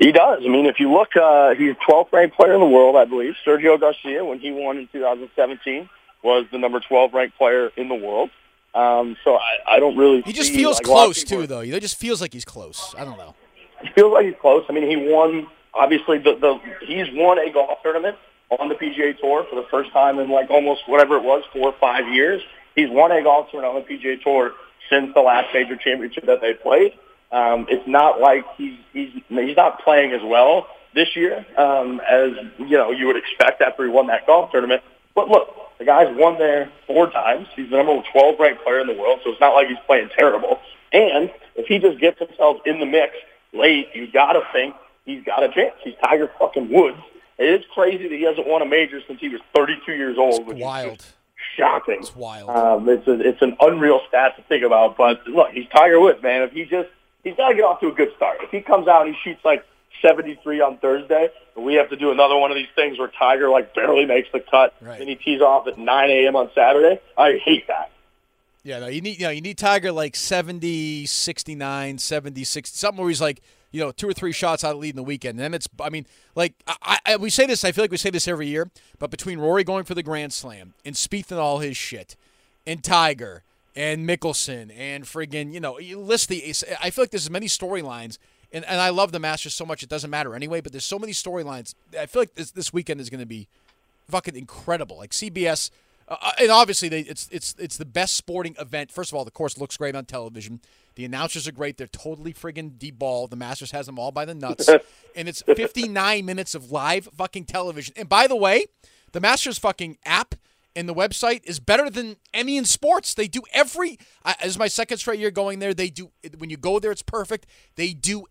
Speaker 3: He does. I mean, if you look, uh, he's 12th ranked player in the world, I believe. Sergio Garcia, when he won in 2017, was the number 12 ranked player in the world. Um, so I, I don't really.
Speaker 1: He just
Speaker 3: see,
Speaker 1: feels
Speaker 3: like, a lot of
Speaker 1: close
Speaker 3: people-
Speaker 1: too, though. He just feels like he's close. I don't know.
Speaker 3: He feels like he's close. I mean, he won obviously the the he's won a golf tournament on the PGA Tour for the first time in like almost whatever it was four or five years. He's won a golf tournament on the PGA Tour since the last major championship that they played. Um, it's not like he's he's he's not playing as well this year um, as you know you would expect after he won that golf tournament. But look, the guy's won there four times. He's the number 12 ranked player in the world, so it's not like he's playing terrible. And if he just gets himself in the mix late, you gotta think he's got a chance. He's Tiger fucking Woods. It is crazy that he hasn't won a major since he was 32 years old. which is
Speaker 1: Wild.
Speaker 3: just shocking.
Speaker 1: It's wild.
Speaker 3: Um, it's a, it's an unreal stat to think about. But look, he's Tiger Woods, man. If he just he's got to get off to a good start. If he comes out and he shoots like 73 on Thursday. And we have to do another one of these things where Tiger like barely makes the cut,
Speaker 1: Right.
Speaker 3: and he tees off at 9 a.m. on Saturday. I hate that.
Speaker 1: Yeah, no, you need you know, you need Tiger like 70, 69, 70, 60, something where he's like, you know, two or three shots out of the lead in the weekend. And then it's I mean, like I, I we say this, I feel like we say this every year, but between Rory going for the Grand Slam and Spieth and all his shit, and Tiger and Mickelson and friggin', you know, you list the I feel like there's as many storylines and, and I love the Masters so much it doesn't matter anyway, but there's so many storylines. I feel like this this weekend is gonna be fucking incredible. Like CBS, uh, and obviously they, it's it's it's the best sporting event. First of all, the course looks great on television. The announcers are great. They're totally friggin' de-ball. The Masters has them all by the nuts, and it's 59 minutes of live fucking television. And by the way, the Masters fucking app and the website is better than any in sports. They do every. I this is my second straight year going there. They do when you go there, it's perfect. They do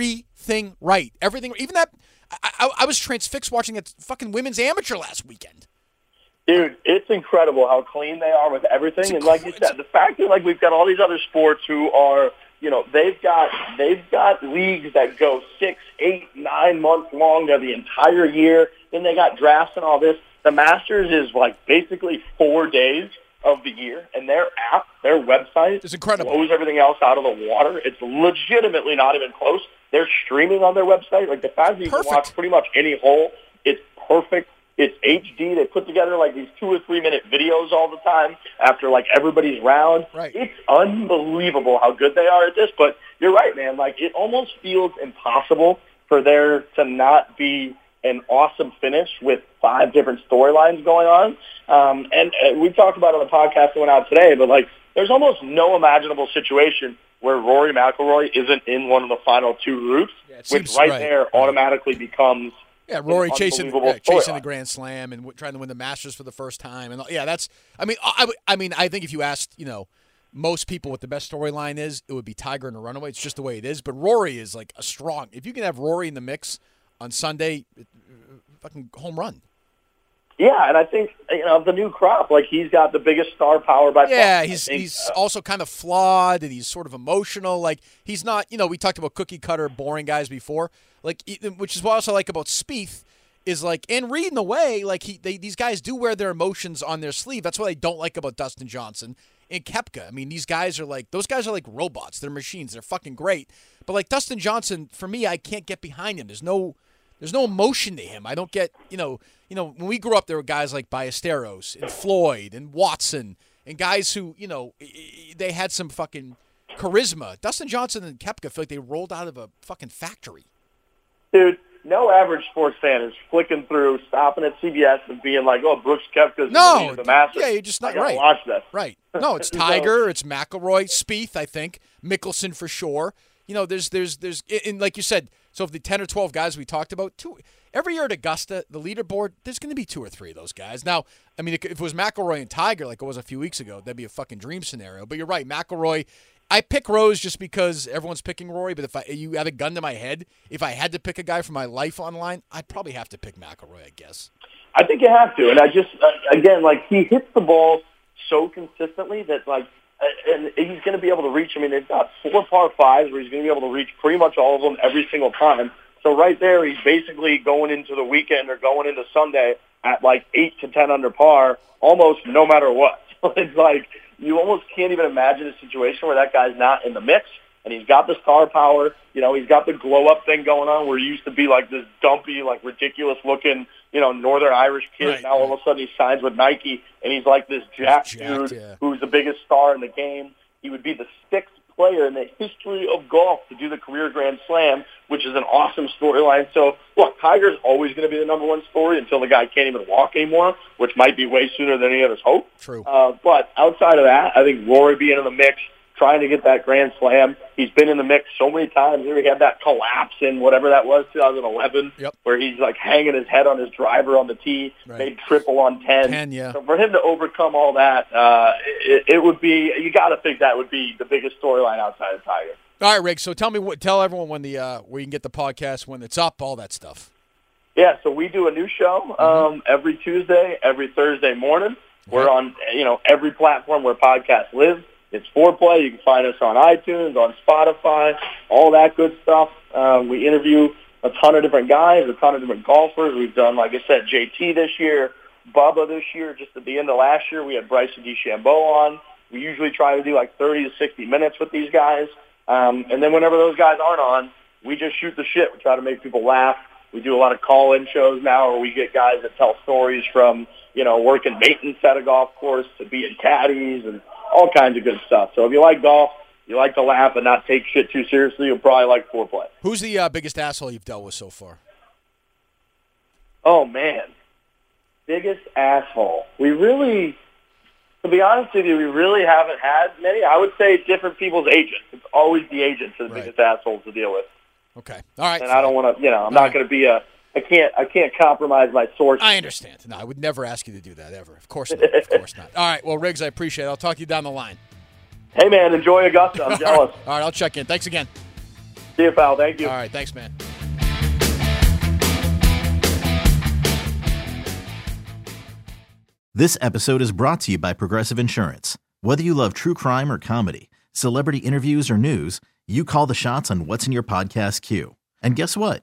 Speaker 1: everything right. Everything, even that. I, I, I was transfixed watching that fucking women's amateur last weekend.
Speaker 3: Dude, it's incredible how clean they are with everything.
Speaker 1: It's
Speaker 3: and like you
Speaker 1: incredible.
Speaker 3: said, the fact that like we've got all these other sports who are, you know, they've got they've got leagues that go six, eight, nine months long. They're the entire year. Then they got drafts and all this. The Masters is like basically four days of the year, and their app, their website,
Speaker 1: It's incredible.
Speaker 3: blows everything else out of the water. It's legitimately not even close. They're streaming on their website. Like the fact that you
Speaker 1: Perfect.
Speaker 3: can watch pretty much any hole. It's perfect. It's HD. They put together like these two or three minute videos all the time after like everybody's round.
Speaker 1: Right.
Speaker 3: It's unbelievable how good they are at this. But you're right, man. Like it almost feels impossible for there to not be an awesome finish with five different storylines going on. Um, and uh, we talked about it on the podcast that went out today, but like there's almost no imaginable situation where Rory McIlroy isn't in one of the final two groups,
Speaker 1: Yeah, it
Speaker 3: which
Speaker 1: seems
Speaker 3: right,
Speaker 1: right.
Speaker 3: there automatically becomes
Speaker 1: Yeah, Rory chasing
Speaker 3: unbelievable
Speaker 1: yeah, chasing the
Speaker 3: storyline.
Speaker 1: Grand Slam and w- trying to win the Masters for the first time, and yeah, that's. I mean, I, I would- I mean, I think if you asked, you know, most people what the best storyline is, it would be Tiger and a Runaway. It's just the way it is. But Rory is like a strong. If you can have Rory in the mix on Sunday, it- uh, fucking home run.
Speaker 3: Yeah, and I think you know the new crop. Like he's got the biggest star power by far.
Speaker 1: Yeah,
Speaker 3: I
Speaker 1: he's
Speaker 3: think,
Speaker 1: he's
Speaker 3: uh,
Speaker 1: also kind of flawed and he's sort of emotional. Like he's not, you know, we talked about cookie cutter, boring guys before. Like, e- which is what I also like about Spieth is like, and Reed in a way, like he they, these guys do wear their emotions on their sleeve. That's what I don't like about Dustin Johnson and Kepka. I mean, these guys are like those guys are like robots. They're machines. They're fucking great. But like Dustin Johnson, for me, I can't get behind him. There's no there's no emotion to him. I don't get, you know, you know, when we grew up, there were guys like Ballesteros and Floyd and Watson and guys who, you know, i- i- they had some fucking charisma. Dustin Johnson and Kepka feel like they rolled out of a fucking factory.
Speaker 3: dude. No average sports fan is flicking through, stopping at CBS and being like, "Oh, Brooks Koepka's
Speaker 1: No,
Speaker 3: gonna lead the Masters."
Speaker 1: yeah, you're just not
Speaker 3: I gotta
Speaker 1: right.
Speaker 3: Watch that. [LAUGHS]
Speaker 1: Right. No, it's
Speaker 3: No.
Speaker 1: Tiger, it's McElroy, Spieth, I think, Mickelson for sure. You know, there's there's there's and like you said, so if the 10 or 12 guys we talked about, two every year at Augusta, the leaderboard, there's going to be two or three of those guys. Now, I mean, if it was McElroy and Tiger like it was a few weeks ago, that'd be a fucking dream scenario. But you're right, McElroy I pick Rose just because everyone's picking Rory, but if I, you had a gun to my head, if I had to pick a guy for my life online, I'd probably have to pick McElroy, I guess.
Speaker 3: I think you have to. And I just uh, again, like he hits the ball so consistently that like, uh, and he's going to be able to reach. I mean, they've got four par fives where he's going to be able to reach pretty much all of them every single time. So right there, he's basically going into the weekend or going into Sunday at like eight to ten under par, almost no matter what. [LAUGHS] So it's like you almost can't even imagine a situation where that guy's not in the mix. And he's got the star power, you know, he's got the glow up thing going on where he used to be like this dumpy, like ridiculous looking, you know, Northern Irish kid.
Speaker 1: Right,
Speaker 3: now all of a sudden he signs with Nike and he's like this jack
Speaker 1: Jacked,
Speaker 3: dude
Speaker 1: yeah.
Speaker 3: who's the biggest star in the game. He would be the sixth player in the history of golf to do the career Grand Slam, which is an awesome storyline. So, look, Tiger's always going to be the number one story until the guy can't even walk anymore, which might be way sooner than any of us hope.
Speaker 1: True.
Speaker 3: Uh, but outside of that, I think Rory being in the mix, trying to get that Grand Slam. He's been in the mix so many times. There He had that collapse in whatever that was, 2011,
Speaker 1: Yep.
Speaker 3: where he's like hanging his head on his driver on the tee,
Speaker 1: Right.
Speaker 3: made triple on 10.
Speaker 1: 10, yeah.
Speaker 3: So for him to overcome all that, uh, it, it would be, you got to think that would be the biggest storyline outside of Tiger.
Speaker 1: All right, Rick. So tell me what. Tell everyone when the uh, where you can get the podcast, when it's up, all that stuff.
Speaker 3: Yeah, so we do a new show um, every Tuesday, every Thursday morning. We're on, you know, every platform where podcasts live. It's Foreplay. You can find us on iTunes, on Spotify, all that good stuff. Um, we interview a ton of different guys, a ton of different golfers. We've done, like I said, JT this year, Bubba this year. Just at the end of last year, we had Bryson DeChambeau on. We usually try to do like 30 to 60 minutes with these guys. Um, and then whenever those guys aren't on, we just shoot the shit. We try to make people laugh. We do a lot of call-in shows now where we get guys that tell stories from, you know, working maintenance at a golf course to being caddies and all kinds of good stuff. So if you like golf, you like to laugh and not take shit too seriously, you'll probably like foreplay.
Speaker 1: Who's the uh, biggest asshole you've dealt with so far?
Speaker 3: Oh man, biggest asshole. We really, to be honest with you, we really haven't had many. I would say different people's agents. It's always the agents are the
Speaker 1: Right.
Speaker 3: biggest assholes to deal with,
Speaker 1: Okay. All right.
Speaker 3: and I don't want to. You know, I'm not
Speaker 1: Right.
Speaker 3: going to be a. I can't. I can't compromise my source.
Speaker 1: I understand. No, I would never ask you to do that ever. Of course not. Of course not. All right. Well, Riggs, I appreciate it. I'll talk to you down the line.
Speaker 3: Hey man, enjoy Augusta. I'm jealous.
Speaker 1: [LAUGHS] All right. I'll check in. Thanks again.
Speaker 3: See you, pal. Thank you.
Speaker 1: All right. Thanks, man.
Speaker 4: This episode is brought to you by Progressive Insurance. Whether you love true crime or comedy, celebrity interviews or news, you call the shots on what's in your podcast queue. And guess what?